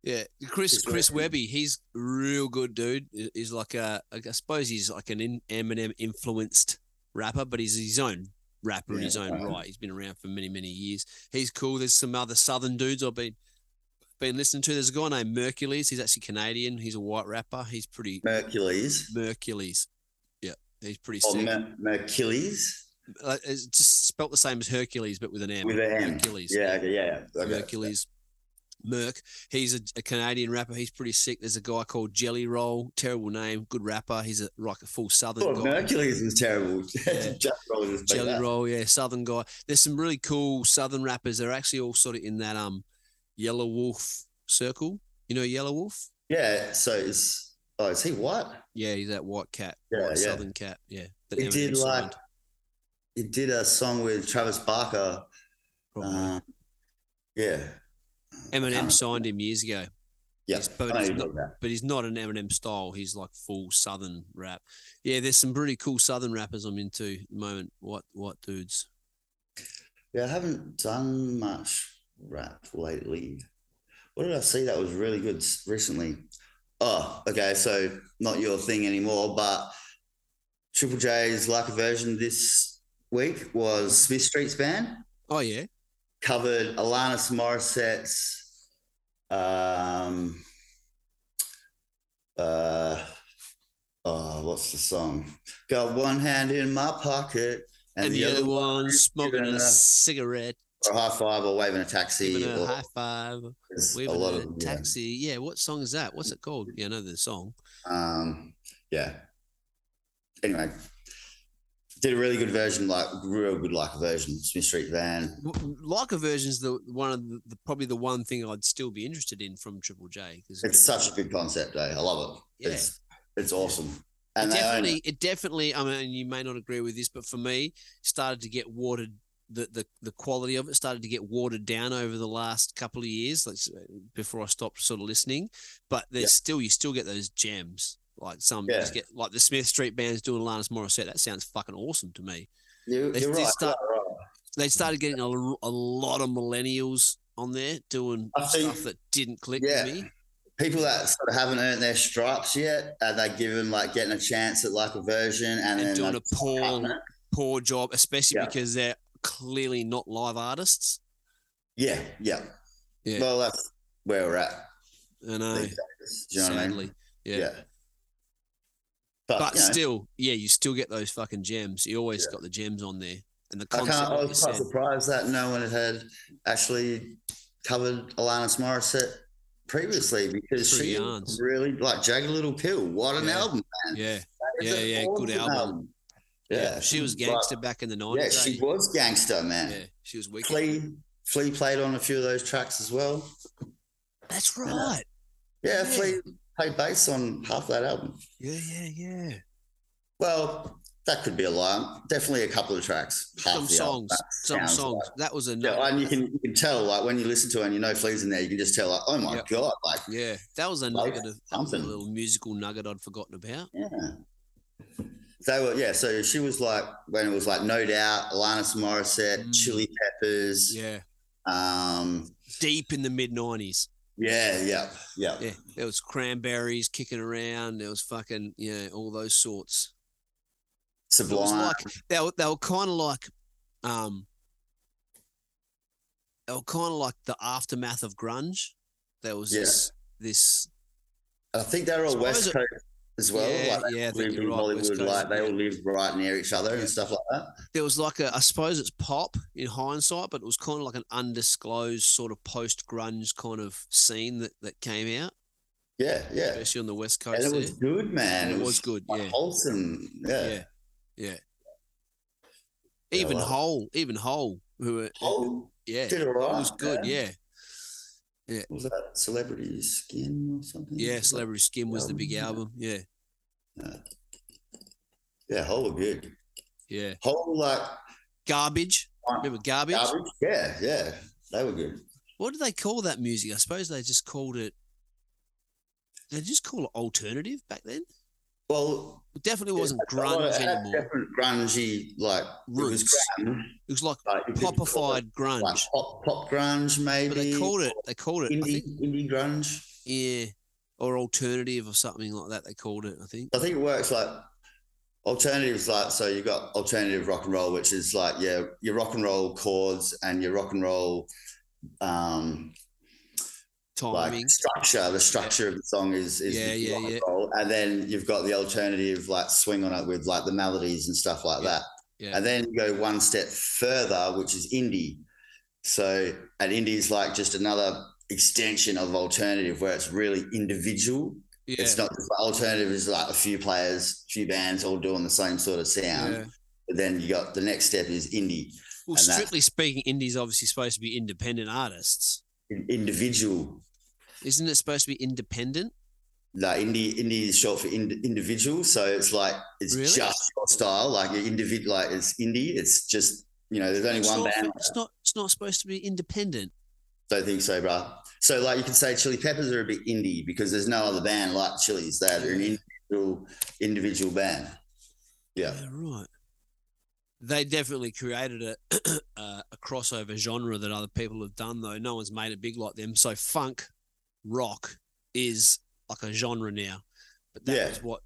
yeah. Chris Chris Chris Webby. Webby. He's real good dude. He- He's like a I suppose he's like an in- Eminem influenced rapper, but he's his own rapper in Yeah, his own right. right. He's been around for many many years. He's cool. There's some other Southern dudes I've been been listening to. There's a guy named Mercules. He's actually Canadian. He's a white rapper. He's pretty Mercules. Mercules. Yeah, he's pretty Or sick. Mer- Mercules. uh, it's just spelt the same as Hercules, but with an M. With an M. Hercules. Yeah, okay, yeah, yeah. Okay. Hercules. Merc. He's a, a Canadian rapper. He's pretty sick. There's a guy called Jelly Roll. Terrible name. Good rapper. He's a like a full I Southern thought guy. Oh, Mercules was terrible. Yeah. Jelly roll is Jelly like that. Roll, yeah, Southern guy. There's some really cool Southern rappers. They're actually all sort of in that um Yellow Wolf circle. You know Yellow Wolf? Yeah. So is oh, is he white? Yeah, he's that white cat, Yeah, white yeah. Southern cat. Yeah, that He Eminem did like signed, he did a song with Travis Barker. probably. Um, yeah. Eminem um, signed him years ago, Yeah. Yes, I but know it's you not- got that. but he's not an Eminem style. He's like full Southern rap. Yeah, there's some pretty cool Southern rappers I'm into at the moment. White white dudes. Yeah, I haven't done much rap lately. What did I see that was really good s- recently? Oh, okay, so not your thing anymore, but Triple J's like version this week was Smith Street's band Oh yeah, covered Alanis Morissette's um uh oh what's the song? Got one hand in my pocket and, the, other one smoking giving a a- cigarette, or a high five or waving a taxi giving a or high five, there's waving a lot a of yeah. taxi. Yeah, what song is that? What's it called? Yeah, I know the song. Um, yeah. Anyway, did a really good version, like real good, like version. Smith Street Van. W- Leica version's the one of the, the probably the one thing I'd still be interested in from Triple J because It's such a good concept, eh? I love it. Yeah. It's it's awesome. it And they own definitely it. it definitely I mean you may not agree with this but for me started to get watered the, the the quality of it started to get watered down over the last couple of years like s- before I stopped sort of listening but there's Yeah. still you still get those gems like some Yeah. just get like the Smith Street band's doing Alanis Morissette that sounds fucking awesome to me You, They you're right. just you're start- right. they started getting a, l- a lot of millennials on there doing I think- stuff that didn't click Yeah. with me People that sort of haven't earned their stripes yet, are they given like getting a chance at like a version and and, then doing like, a poor cutting it? poor job, especially Yeah. because they're clearly not live artists. Yeah, yeah, Yeah. Well, that's where we're at. I know, these days, Do you know what I mean? sadly. Yeah. But, but you know, still, yeah, you still get those fucking gems. You always Yeah. got the gems on there, and the I can't. concept. I like you was quite said, surprised that no one had actually covered Alanis Morissette previously because Through she Yarns. really like Jagged Little Pill. What an Yeah. album! yeah, That is Yeah, an yeah, good awesome album. Yeah. yeah, She was Like, gangster back in the yeah, nineties. eh? she was gangster man. yeah, she was wicked. Flea, Flea played on a few of those tracks as well. That's right. Yeah. Yeah, Flea played bass on half that album. Yeah, yeah, yeah. Well, that could be a lie. Definitely a couple of tracks. Half Some the album. songs, some sounds songs. That was a Yeah, and you can you can tell like when you listen to it and you know Flea's in there, you can just tell like, oh my Yep. god, like yeah. That was a Like nugget of that was a something. little musical nugget I'd forgotten about. Yeah. They were, yeah. So she was like, when it was like No Doubt, Alanis Morissette, Mm. Chili Peppers. Yeah, Um, deep in the mid nineties. yeah, yeah, yeah. Yeah, there was cranberries kicking around. There was fucking yeah, all those sorts. It was Sublime. like they were, they were kind of like, um, they were kind of like the aftermath of grunge. There was Yeah. this this I think they were all Suppose West it- Coast as well. yeah, like, yeah, I they think lived you're in right, West Hollywood, Coast, like they yeah. all lived right near each other Yeah. and stuff like that. there was like a I suppose it's pop in hindsight, but it was kind of like an undisclosed sort of post grunge kind of scene that that came out, Yeah, yeah. especially on the west coast. And it there. was good, man. It was good, like, yeah. wholesome. Yeah. yeah, yeah. Yeah, Even well- Hole, even Hole, who were Whole yeah, Oh, did all right. it was good, man. yeah. What was that Celebrity Skin or something? Yeah, Celebrity Skin was the album, big Mm, um, yeah. album. Yeah, Yeah, whole were good. yeah. Whole like Garbage. Uh, Remember garbage? garbage. Yeah, yeah. They were good. What do they call that music? I suppose they just called it. They just call it alternative back then. Well, It definitely Yeah, wasn't a lot of- grunge it had anymore. Different grungy, like it Roots. was grunge, It was like like, you could call it, popified grunge, like pop, pop grunge, maybe. but they called it. They called it. I indie, think, indie grunge. yeah, or alternative or something like that. They called it. I think. I think it works like alternatives. Like so, you got alternative rock and roll, which is like yeah, your rock and roll chords and your rock and roll. Um, Timing. like structure. The structure of the song is is Yeah, yeah, rock and yeah. roll, and then you've got the alternative like swing on it with like the melodies and stuff like Yeah. that. Yeah. And then you go one step further, which is indie. So, and indie is like just another extension of alternative where it's really individual. yeah. It's not just alternative is like a few players, few bands all doing the same sort of sound. yeah. But then you got the next step is indie, Well, and that- strictly speaking, indie's obviously supposed to be independent artists. in- individual. Isn't it supposed to be independent? Like indie, indie is short for ind- individual. So it's like it's Really? just your style, like your individ, like it's indie. It's just you know, there's only It's one not, band. it's not. It's not supposed to be independent. Don't think so, bro. So like you can say Chili Peppers are a bit indie because there's no other band like Chili's. They're an individual individual band. Yeah. Yeah, right. They definitely created a, a a crossover genre that other people have done, though. No one's made it big like them. So funk rock is like a genre now, but that Yeah. was what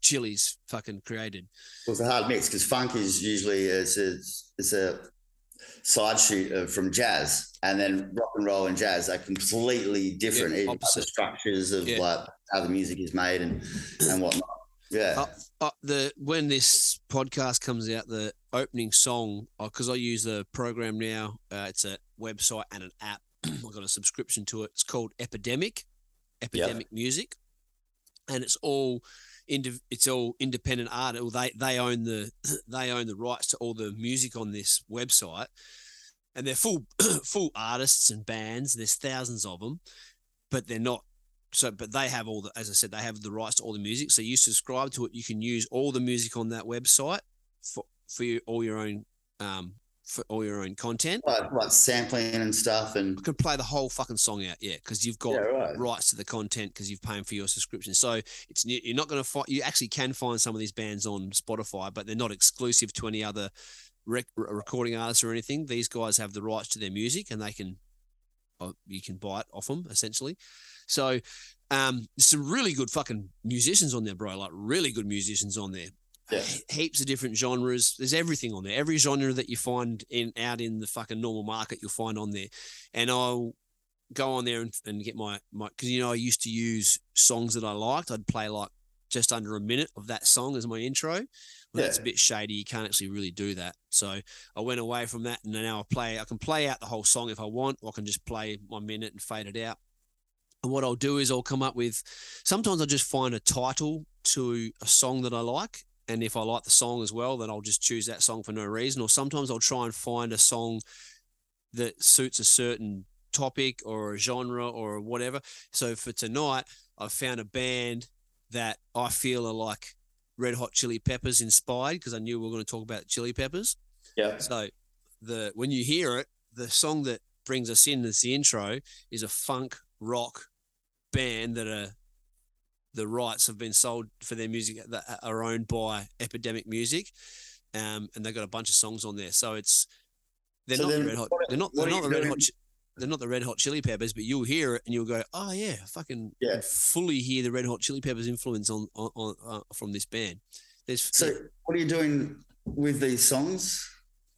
Chili's fucking created. Well, it's a hard mix because funk is usually it's a, it's a side shoot of, from jazz, and then rock and roll and jazz are completely different. Yeah, even like the opposite. structures of Yeah. like how the music is made and and whatnot. Yeah, Oh. Uh, the when this podcast comes out, the opening song because I use the program now. Uh, it's a website and an app. I've got a subscription to it. It's called Epidemic, Epidemic Music, and it's all indiv- it's all independent art. Well, They they own the they own the rights to all the music on this website, and they're full full artists and bands. There's thousands of them, but they're not so but they have all the as i said they have the rights to all the music so you subscribe to it you can use all the music on that website for for your, all your own um for all your own content like, like sampling and stuff, and you can play the whole fucking song out yeah because you've got yeah, right. rights to the content because you've paying for your subscription so it's you're not going to find you actually can find some of these bands on spotify but they're not exclusive to any other rec- recording artists or anything these guys have the rights to their music and they can uh, you can buy it off them essentially so um some really good fucking musicians on there bro like really good musicians on there Yeah. He- heaps of different genres there's everything on there every genre that you find in out in the fucking normal market you'll find on there and i'll go on there and, and get my my because you know i used to use songs that i liked i'd play like just under a minute of that song as my intro well that's a Yeah. bit shady you can't actually really do that so I went away from that, and now I play. I can play out the whole song if I want, or I can just play one minute and fade it out. And what I'll do is I'll come up with. Sometimes I'll just find a title to a song that I like, and if I like the song as well, then I'll just choose that song for no reason. Or sometimes I'll try and find a song that suits a certain topic or a genre or whatever. So for tonight, I found a band that I feel are like Red Hot Chili Peppers inspired because I knew we were going to talk about Chili Peppers. yeah, So the when you hear it, the song that brings us in as the intro is a funk rock band that are the rights have been sold for their music that are owned by Epidemic Music, um, and they've got a bunch of songs on there. So it's they're So not then the red hot. what- They're not. They're what are not you the red doing- hot. Chi- They're not the red hot chili peppers, but you'll hear it and you'll go, "Oh yeah, fucking Yeah. fully hear the red hot chili peppers influence on on, on uh, from this band." There's So what are you doing with these songs?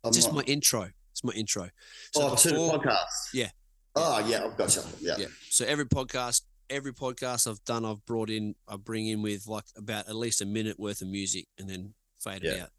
I'm just not- my intro. It's my intro. So oh, to the before- podcast. Yeah. Oh yeah, I've gotcha. Yeah. Yeah. So every podcast, every podcast I've done, I've brought in, I bring in with like about at least a minute worth of music and then fade it Yeah. out.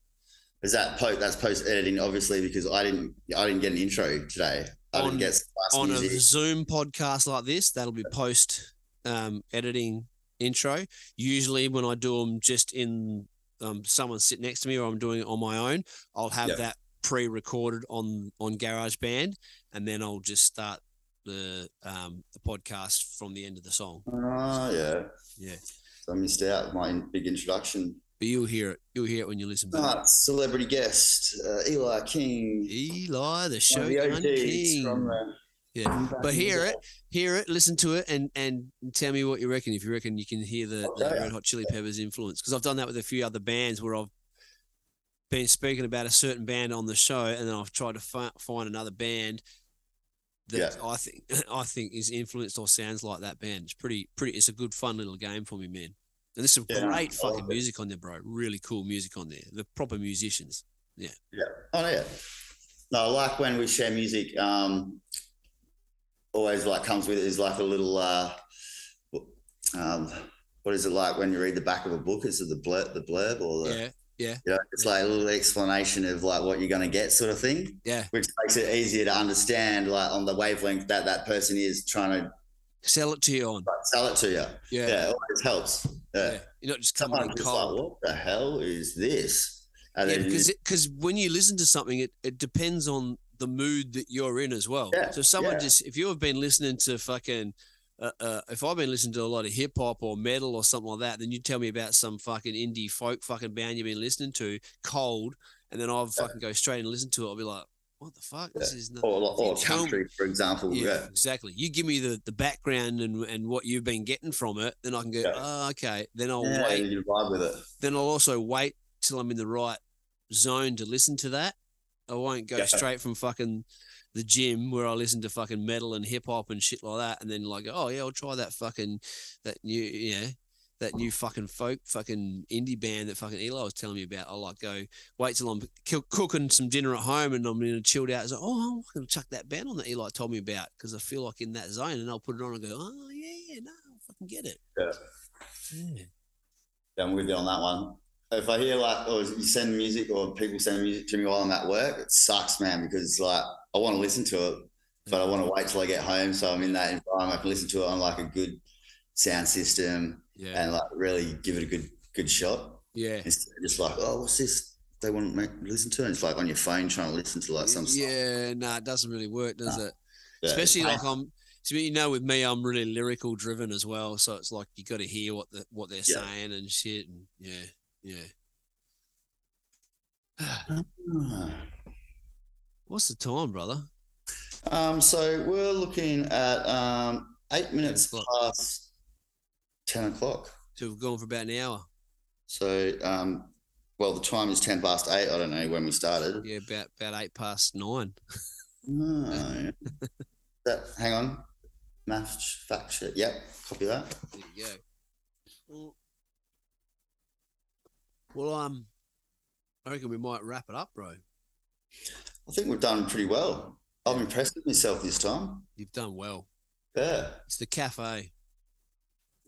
Is that post? That's post editing, obviously, because I didn't. I didn't get an intro today. I On- didn't get some On last a music. Zoom podcast like this, that'll be post um, editing intro. Usually, when I do them just in um, someone sit next to me or I'm doing it on my own, I'll have Yeah. that pre-recorded on on GarageBand, and then I'll just start the um, the podcast from the end of the song. Oh yeah, Yeah. So I missed out my big introduction. But you'll hear it. You'll hear it when you listen back. Ah, celebrity guest uh, Eli King. Eli, the One of the Shogun OGs King. from uh, the- Yeah. from back But in the hear day. it, hear it, listen to it, and and tell me what you reckon. If you reckon you can hear the, the Okay. Red Hot Chili Peppers influence, because I've done that with a few other bands where I've been speaking about a certain band on the show, and then I've tried to fi- find another band that I think I think is influenced or sounds like that band. It's pretty pretty. It's a good fun little game for me, man. And there's some Yeah, I great love fucking it. music on there, bro. Really cool music on there. The proper musicians. Oh yeah. No, I like when we share music. Um, always like comes with it is like a little. Uh, um, what is it like when you read the back of a book? Is it the blurb, the blurb, or the Yeah, Yeah. You know, it's like a little explanation of like what you're going to get, sort of thing. Yeah. Which makes it easier to understand, like on the wavelength that that person is trying to Sell it to you on. like, sell it to you. Yeah, Yeah. it always helps. Yeah. yeah. You're not just coming Sometimes in it's cold. like, what the hell is this? And Yeah, then because because when you listen to something, it, it depends on the mood that you're in as well. Yeah, so if someone yeah. just if you have been listening to fucking uh, uh, if I've been listening to a lot of hip hop or metal or something like that, then you tell me about some fucking indie folk fucking band you've been listening to, cold, and then I'll fucking go straight and listen to it. I'll be like, what the fuck? This is not. or, or, you tell me- country, for example. Yeah, Oh, Yeah. exactly. You give me the, the background and, and what you've been getting from it, then I can go, Yeah. oh, okay. Then I'll Yeah, wait and you vibe with it. then I'll also wait till I'm in the right zone to listen to that. I won't go Yeah. straight from fucking the gym where I listen to fucking metal and hip hop and shit like that, and then like, oh yeah, I'll try that fucking that new yeah that new fucking folk fucking indie band that fucking Eli was telling me about. I'll like go wait till I'm ki- cooking some dinner at home and I'm in a chilled out. It's like, oh, I'm gonna chuck that band on that Eli told me about because I feel like in that zone, and I'll put it on and go, oh yeah, yeah, no, I fucking get it. Yeah. Yeah. Yeah, I'm with you on that one. If I hear like, or you send music or people send music to me while I'm at work, it sucks, man, because like I want to listen to it, but I want to wait till I get home. So I'm in that environment. I can listen to it on like a good sound system Yeah. and like really give it a good, good shot. Yeah. Instead of just like, oh, what's this? They want me to listen to, and it's like on your phone trying to listen to like some stuff. yeah, no, it doesn't really work, does it? Yeah, Especially like it's I'm, so you know, with me, I'm really lyrical driven as well. So it's like you got to hear what the what they're Yeah. saying and shit. And yeah, yeah. painful. What's the time, brother? Um, so we're looking at um, eight minutes o'clock. past ten o'clock. So we've gone for about an hour. So, um, well, the time is 10 past eight. I don't know when we started. Yeah, about about eight past nine. No. that, hang on. Math sh- fact shit. Yep. Copy that. There you go. Well- Well, um, I reckon we might wrap it up, bro. I think we've done pretty well. I'm impressed with myself this time. You've done well. Yeah. It's the cafe.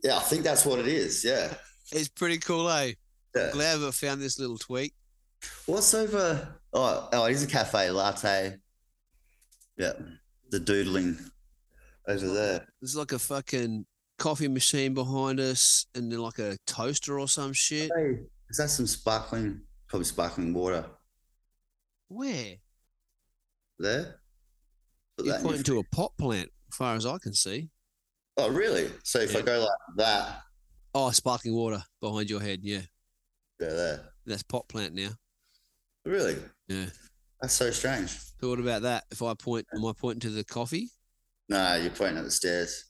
Yeah. I think that's what it is. Yeah. It's pretty cool, eh? yeah. Glad I found this little tweak. What's over? Oh, oh, it is a cafe latte. Yeah. The doodling over there. There's like a fucking coffee machine behind us and then like a toaster or some shit. Hey, is that some sparkling, probably sparkling water Where? there? You're Put that in your pointing to a pot plant, as far as I can see. Oh, really? So if I Yeah. go like that, Oh, sparkling water behind your head. Yeah. yeah, there. That's pot plant now. Really? Yeah. That's so strange. So what about that? If I point, am I pointing to the coffee? No, you're pointing at the stairs.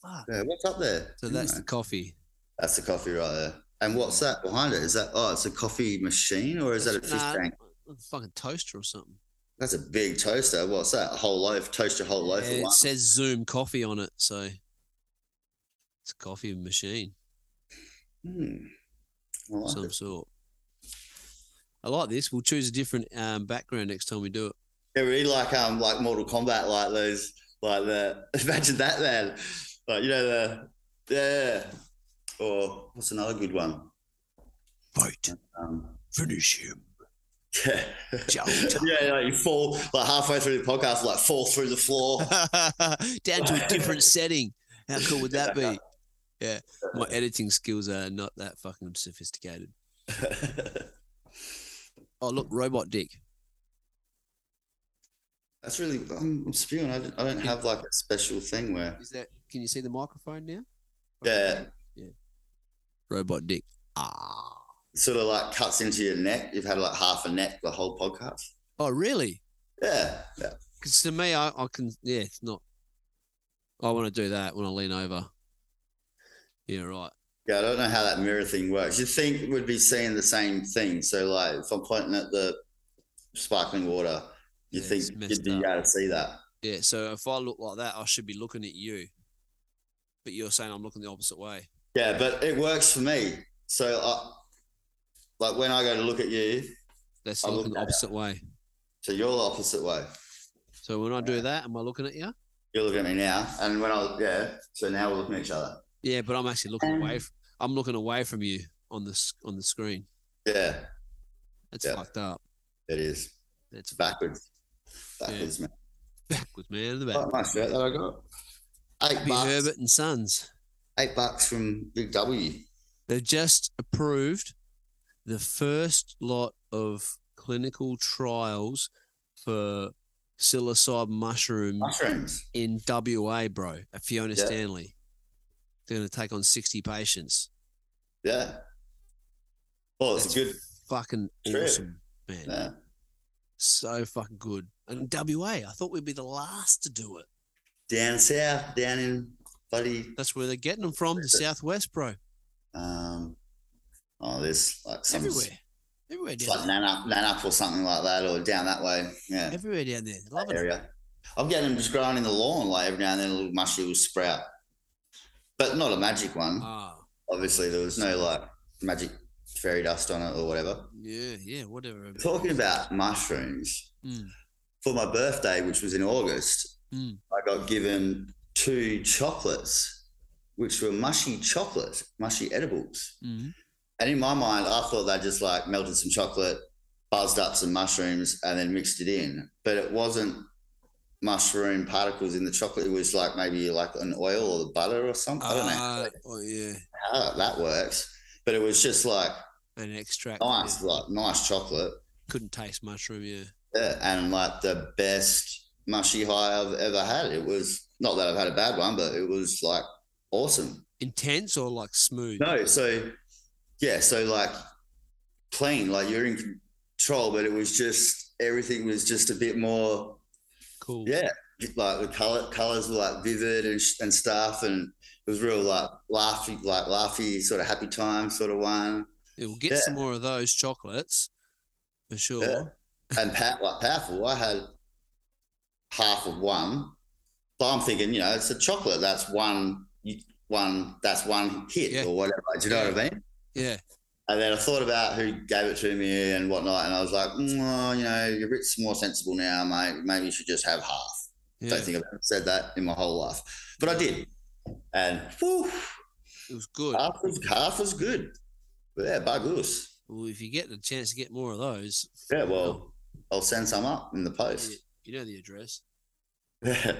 Fuck. Yeah, what's up there? So that's No, the coffee. that's the coffee right there. And what's that behind it? Is that oh, it's a coffee machine or is that a fish Nah, tank? a fucking toaster or something. That's a big toaster. What's that? A whole loaf, toast your whole loaf Yeah, at it once. says Zoom coffee on it. So it's a coffee machine. Hmm. I like some it. sort. I like this. We'll choose a different um, background next time we do it. Yeah, really like um like Mortal Kombat, like those like the imagine that man. Like you know the yeah. Or what's another good one? Vote. Um Finish him. Yeah. yeah, like you fall like halfway through the podcast, like fall through the floor. Down to a different setting. How cool would that be? Yeah. My editing skills are not that fucking sophisticated. Oh, look, robot dick. That's really. I'm, I'm spewing. I don't, I don't have like a special thing where. Is that, can you see the microphone now? Yeah, Robot dick. Ah. it sort of like cuts into your neck. You've had like half a neck the whole podcast. Oh, really? Yeah, yeah. Because to me, I, I can, yeah, it's not. I want to do that when I lean over. Yeah, right. Yeah, I don't know how that mirror thing works. You think we'd be seeing the same thing. So like, if I'm pointing at the sparkling water, you Yeah, think it's messed you'd be up. able to see that. Yeah, so if I look like that, I should be looking at you. But you're saying I'm looking the opposite way. Yeah, but it works for me. So, I, like when I go to look at you, That's I'm looking the looking at opposite way. so you're the opposite way. So when I do that, am I looking at you? You're looking at me now, and when I yeah, so now we're looking at each other. Yeah, but I'm actually looking Um, away. F- I'm looking away from you on the s- on the screen. Yeah, That's Yeah. fucked up. it is. That's It's backwards. Backwards, man. backwards, man. in The back. Quite nice shirt that I got. Eight Happy bucks. Herbert and Sons. Eight bucks from Big W. They've just approved the first lot of clinical trials for psilocybin mushroom Mushrooms. in WA, bro, at Fiona Yeah. Stanley. They're going to take on 60 patients. Yeah. Oh, it's a good. Fucking True. awesome, man. Yeah. So fucking good. And WA, I thought we'd be the last to do it. Down south, down in bloody. That's where they're getting them from, the Southwest, bro. Um, oh, there's like some. Everywhere. Everywhere It's down like Nanup, Nanup or something like that, or down that way. Yeah. there. Everywhere down there. Love it. area. I'm getting them just growing in the lawn, like every now and then a little mushroom will sprout, but not a magic one. Ah, Obviously, there was no like magic fairy dust on it or whatever. yeah, yeah, whatever. Talking about mushrooms, Mm. for my birthday, which was in August, Mm. I got given two chocolates, which were mushy chocolate, mushy edibles. Mm. And in my mind, I thought they just like melted some chocolate, buzzed up some mushrooms, and then mixed it in. But it wasn't mushroom particles in the chocolate. It was like maybe like an oil or the butter or something. I Uh, don't know oh, yeah. how that works. But it was just like An extract. nice, yeah. like nice chocolate. Couldn't taste mushroom, yeah. Yeah, and like the best mushy high I've ever had. It was not that I've had a bad one, but it was like awesome. Intense or like smooth? No, so yeah, so like plain, like you're in control, but it was just everything was just a bit more, Cool. yeah, like the color colors were like vivid and, sh- and stuff, and it was real like laughy, like laughy sort of happy time sort of one, Yeah, we'll get Yeah. some more of those chocolates for sure. and pow- like powerful. I had half of one, but I'm thinking, you know, it's a chocolate. That's one, you- one, that's one hit Yeah. or whatever. Do you know what I mean? Yeah. And then I thought about who gave it to me and whatnot, and I was like, mm, well, you know, you're a bit more sensible now, mate. Maybe you should just have half. yeah. Don't think I've ever said that in my whole life, but I did, and whew, it was good. half was half was good. Yeah, bagus. well, if you get the chance to get more of those, Yeah, well, I'll send some up in the post. you know the address. Yeah.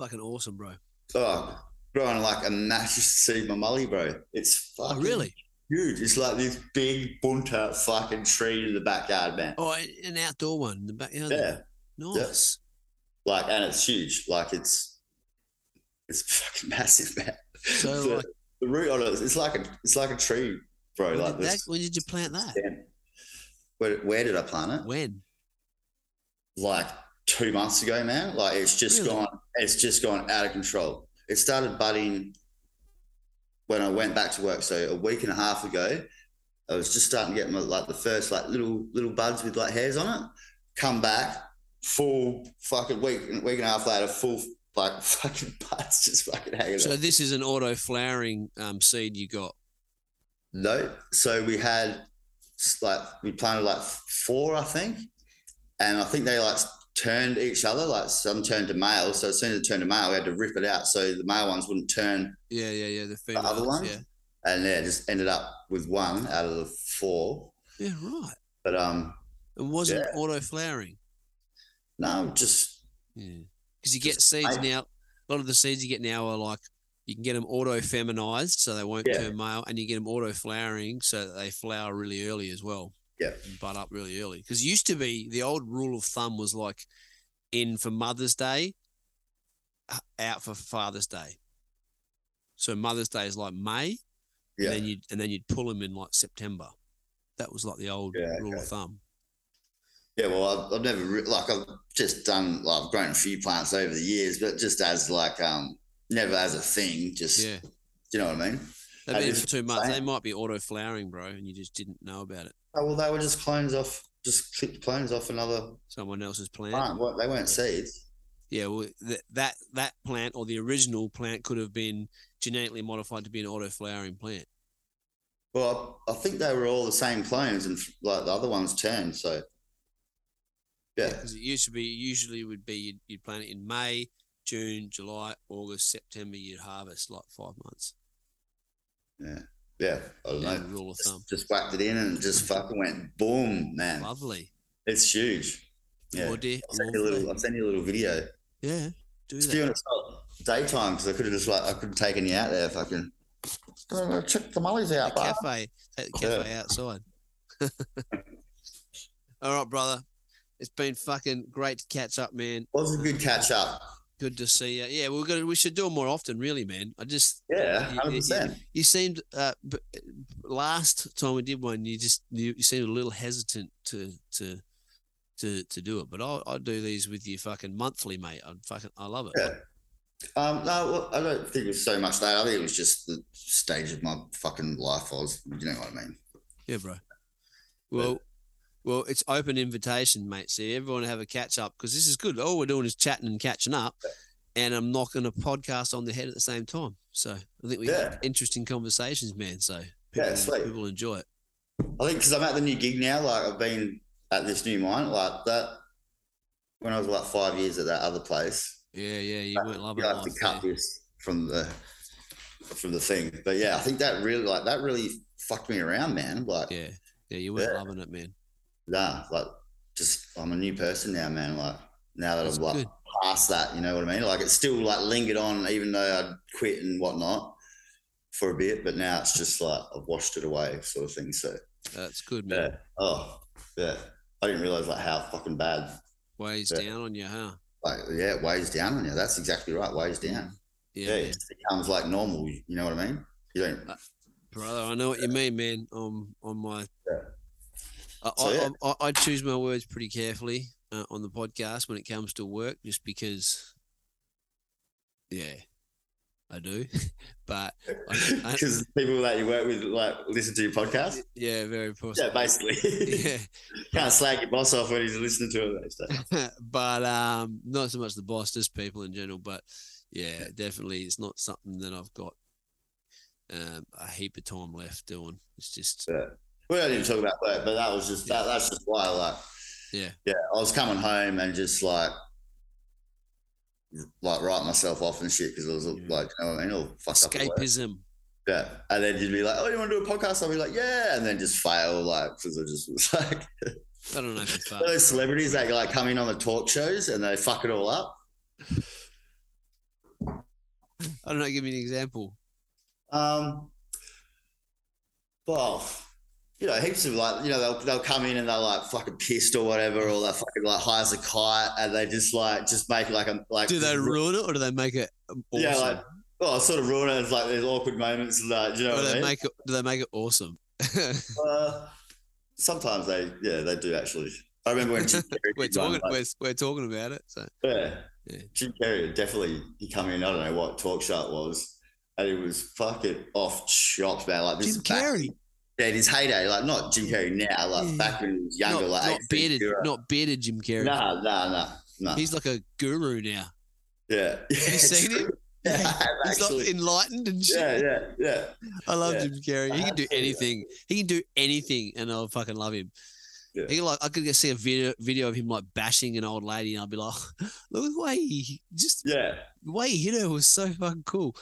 Fucking awesome, bro. oh, growing like a massive see my mully, bro. It's Oh, fucking really? huge. It's like this big bunter fucking tree in the backyard, man. Oh, a- an outdoor one in the back. Yeah. yeah. Nice. like and it's huge like it's it's fucking massive man So, the, like- the root on it it's like a it's like a tree bro When, like did that, this when did you plant that? stem. where, where did i plant it When? like two months ago man like it's just Really? gone it's just gone out of control it started budding when i went back to work so a week and a half ago i was just starting to get my like the first like little little buds with like hairs on it come back full fucking week week and a half later full like fucking buds just fucking hanging So out. this is an auto flowering um, seed you got. no so we had s- like we planted like four i think and i think they like turned each other like some turned to male so as soon as it turned to male we had to rip it out so the male ones wouldn't turn Yeah, yeah, yeah. The the female. other ones Yeah. and yeah just ended up with one out of the four Yeah, right. but um It wasn't auto flowering. no just Yeah. Because you get seeds I- now. A lot of the seeds you get now are like you can get them auto feminized, so they won't Yeah. turn male, and you get them auto flowering, so that they flower really early as well. Yeah. and bud up really early. Because used to be the old rule of thumb was like in for Mother's Day, h- out for Father's Day. So Mother's Day is like May, yeah and then you and then you'd pull them in like September. That was like the old Yeah, rule of thumb. Yeah, well, I've, I've never re- like I've just done. Like, I've grown a few plants over the years, but just as like um, never as a thing. Just Yeah, you know what I mean? they've And been in it's for two months. same. They might be auto flowering, bro, and you just didn't know about it. Oh, well, they were just clones off, just clipped clones off another Someone else's plant. plant. What they weren't seeds. Yeah, well, th- that that plant or the original plant could have been genetically modified to be an auto flowering plant. Well, I, I think they were all the same clones, and like the other ones turned. So yeah, because it used to be usually would be you'd, you'd plant it in May, June, July, August, September. You'd harvest like five months. yeah, I don't Yeah, know. rule of thumb. Just, just whacked it in and just fucking went boom, man. Lovely. It's huge. Yeah. More deer. I'll send more you a little. uh, flag. I'll send you a little video. yeah. Do It's doing eh? that. it daytime because I could have just like I could have taken you out there. Fucking "Oh, check the mollies The out, bud. cafe. At the cafe outside. All right, brother. It's been fucking great to catch up, man. Was a good catch up. Good to see you. Yeah, we're gonna we should do it more often, really, man. I just Yeah, You- you- hundred percent. you seemed uh b- last time we did one, you just you, you seemed a little hesitant to to to to do it, but I'll I'll do these with you fucking monthly, mate. I fucking I love it. Yeah. Um, no, well, I don't think it was so much that. I think it was just the stage of my fucking life. I was, you know what I mean. Yeah, bro. Well, well, it's open invitation, mate. So everyone have a catch up because this is good. All we're doing is chatting and catching up, and I'm knocking a podcast on the head at the same time. So I think we Yeah. have interesting conversations, man. So people, Yeah, sweet. people enjoy it. I think because I'm at the new gig now. Like I've been at this new mine like that. When I was like five years at that other place, Yeah, yeah, you weren't loving you have to life. cut there. this from the from the thing. But yeah, I think that really like that really fucked me around, man. Like Yeah, yeah, you weren't Yeah. loving it, man. nah, like just I'm a new person now, man. Like now that That's I've like good. past that, you know what I mean? Like it still like lingered on even though I'd quit and whatnot for a bit, but now it's just like I've washed it away sort of thing. So That's good, man. yeah. Oh yeah. I didn't realize like how fucking bad Weighs Yeah. down on you, huh? like yeah, it weighs down on you. That's exactly right, weighs down. Yeah, Yeah, man. it just becomes like normal, you know what I mean? You don't brother. I know what you mean, man. On on my, Yeah. I, So, I, yeah. I, I choose my words pretty carefully uh, on the podcast when it comes to work, just because. Yeah, I do, but I- because people that you work with like listen to your podcast. yeah, very possible. Yeah, basically. Yeah, Can't slag your boss off when he's listening to it. and stuff. but um, not so much the boss, just people in general. But yeah, definitely, it's not something that I've got um, a heap of time left doing. It's just We don't even talk about work, but that was just that. That's just why, like, Yeah. yeah. I was coming home and just like, like write myself off and shit because it was Yeah. like, you know what I mean, all fucked up. at work. escapism. Yeah, and then you'd be like, oh, you want to do a podcast? I'll be like, yeah, and then just fail, like, because I just was like, I don't know if it's fun. those celebrities that like come in on the talk shows and they fuck it all up. I don't know. Give me an example. Um, well, you know, heaps of like, you know, they'll, they'll come in and they're like fucking pissed or whatever, or they're fucking like high as a kite, and they just like just make like a like. Do they ruin it or do they make it awesome? Yeah, like well, sort of ruin it. It's like there's awkward moments and that. Do you know or what I they mean? make it, do they make it awesome? uh, sometimes they, yeah, they do actually. I remember when Jim Carrey We're did one, talking like- we're, we're talking about it. So Yeah. Yeah. Jim Carrey definitely he come in, I don't know what talk show it was, and he was fucking off chops, man. Like this Jim back- Carrey, yeah, in his heyday, like not Jim Carrey now, like Yeah. back when he was younger, not, like not 18, bearded, era. not bearded Jim Carrey. Nah, nah, nah, nah. He's like a guru now. yeah. You seen him? Yeah, Yeah. I've He's actually- like enlightened and shit. yeah, yeah, yeah. I love yeah. Jim Carrey. I He can have do seen that. anything. He can do anything, and I'll fucking love him. Yeah. He like I could go see a video video of him like bashing an old lady, and I'd be like, look at the way he just Yeah. the way he hit her was so fucking cool.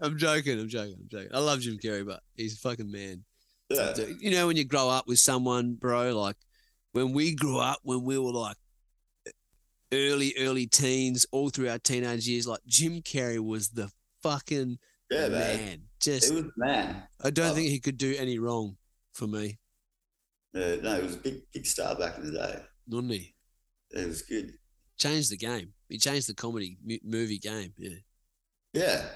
I'm joking. I'm joking. I'm joking. I love Jim Carrey, but he's a fucking man. yeah. You know, when you grow up with someone, bro, like when we grew up, when we were like early, early teens, all through our teenage years, like Jim Carrey was the fucking Yeah, man. man. Just, It was man. I don't oh. think he could do any wrong for me, Yeah, no, it was a big big star back in the day. wouldn't he? It was good. Changed the game. He changed the comedy mu- movie game. Yeah. Yeah.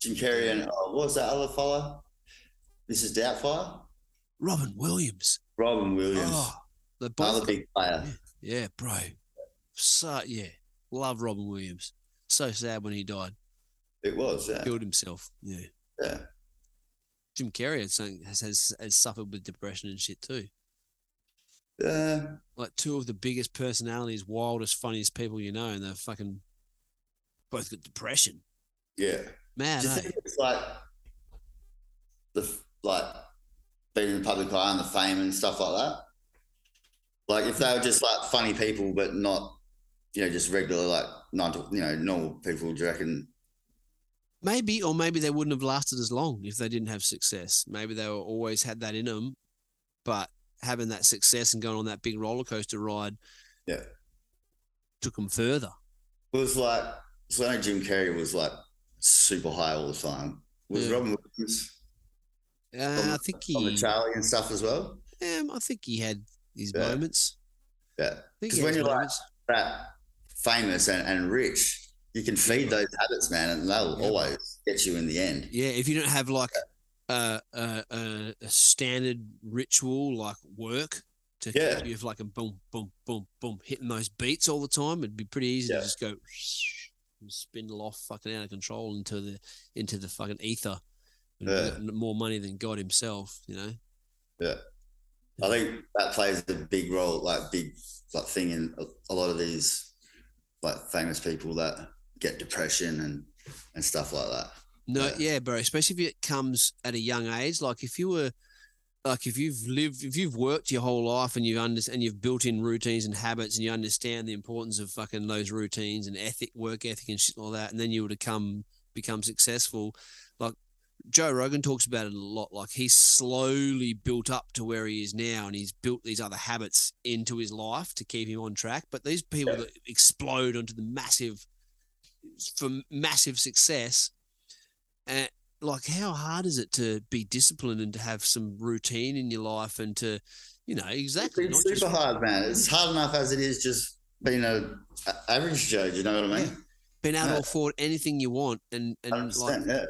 Jim Carrey and oh, what was that other fella? Mrs. Doubtfire? Robin Williams. Robin Williams. Oh, the Another both. big player. Yeah, bro. So, yeah. Love Robin Williams. So sad when he died. It was, yeah. killed himself. Yeah. yeah. Jim Carrey has, something- has, has, has suffered with depression and shit too. Yeah. Like two of the biggest personalities, wildest, funniest people you know, and they're fucking both got depression. Yeah. Mad, Do you eh? think it's like the f- like being in the public eye and the fame and stuff like that? Like if they were just like funny people but not, you know, just regular like not you know, normal people, do you reckon Maybe, or maybe they wouldn't have lasted as long if they didn't have success. Maybe they were always had that in them, but having that success and going on that big roller coaster ride, Yeah. took them further. It was like, so I know Jim Carrey was like super high all the time. Was Yeah. Robin Williams Uh, I think on the he, Charlie and stuff as well? um, I think he had his Yeah. moments. Yeah. I think he 'Cause had when his you're like- moments. That famous and, and rich, you can feed those habits, man, and they'll Yeah. always get you in the end. Yeah, if you don't have like a a, a, a standard ritual like work to Yeah. you have like a boom boom boom boom hitting those beats all the time, it'd be pretty easy Yeah. to just go and spindle off fucking out of control into the into the fucking ether. And Yeah. get More money than God himself, you know. I think that plays a big role, like big like thing in a, a lot of these like famous people that get depression and and stuff like that. No, Yeah. yeah, bro. Especially if it comes at a young age. Like if you were, like if you've lived, if you've worked your whole life and you've under, and you've built in routines and habits, and you understand the importance of fucking those routines and ethic, work ethic, and shit like that, and then you were to come become successful. Like Joe Rogan talks about it a lot. Like he's slowly built up to where he is now, and he's built these other habits into his life to keep him on track. But these people Yeah. that explode onto the massive, for massive success like how hard is it to be disciplined and to have some routine in your life and to you know exactly It's not super just, hard, man. It's hard enough as it is just being a, a- average Joe. Do you know what I mean? being able no. to afford anything you want and and like 100%, yeah.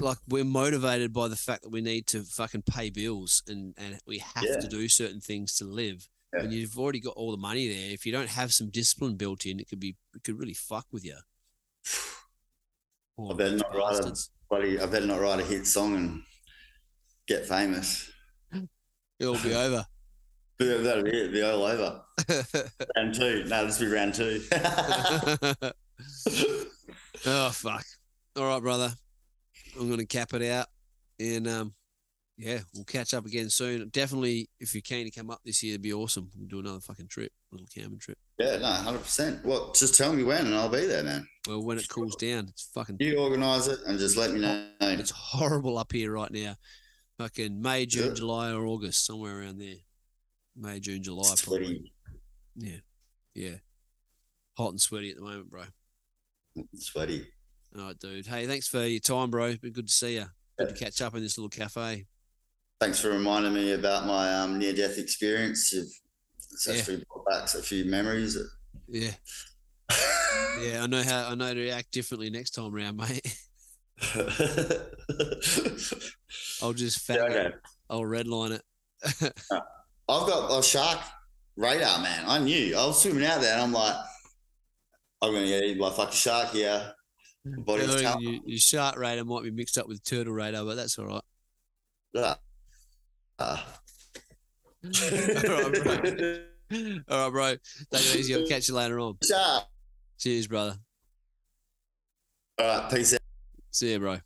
like we're motivated by the fact that we need to fucking pay bills and and we have Yeah. to do certain things to live Yeah. and you've already got all the money there if you don't have some discipline built in it could be it could really fuck with you Poor I better not write a- bastards. Bloody, I better not write a hit song and get famous. it'll be over Yeah, That'll be it. It'll Be all over. round two. No, this will be round two. Oh fuck! All right, brother. I'm gonna cap it out, and um, yeah, we'll catch up again soon. Definitely, if you're keen to come up this year, it'd be awesome. We'll do another fucking trip, little camping trip. yeah, no, hundred percent. Well, just tell me when, and I'll be there, man. Well, when it cools down, it's fucking You organise it and just let me know. it's horrible up here right now. Fucking May, June, it? July, or August, somewhere around there. May, June, July, It's probably. sweaty, Yeah, hot and sweaty at the moment, bro. sweaty. All right, dude. Hey, thanks for your time, bro. It's been good to see you. Good to catch up in this little cafe. Thanks for reminding me about my um, near-death experience. You've it's Yeah. actually brought back a few memories. Yeah. Yeah, I know how I know to act differently next time round, mate. I'll just fat Yeah, okay. I'll redline it. I've got a shark radar, man. I knew. I was swimming out there and I'm like, I'm going to get eaten by a fucking shark here. My body's Your- telling your, your shark radar might be mixed up with turtle radar, but that's all right. Ah. Ah. right, All right, bro. Take it easy. I'll catch you later on. Shark. Cheers, brother. All right, peace out. See you, bro.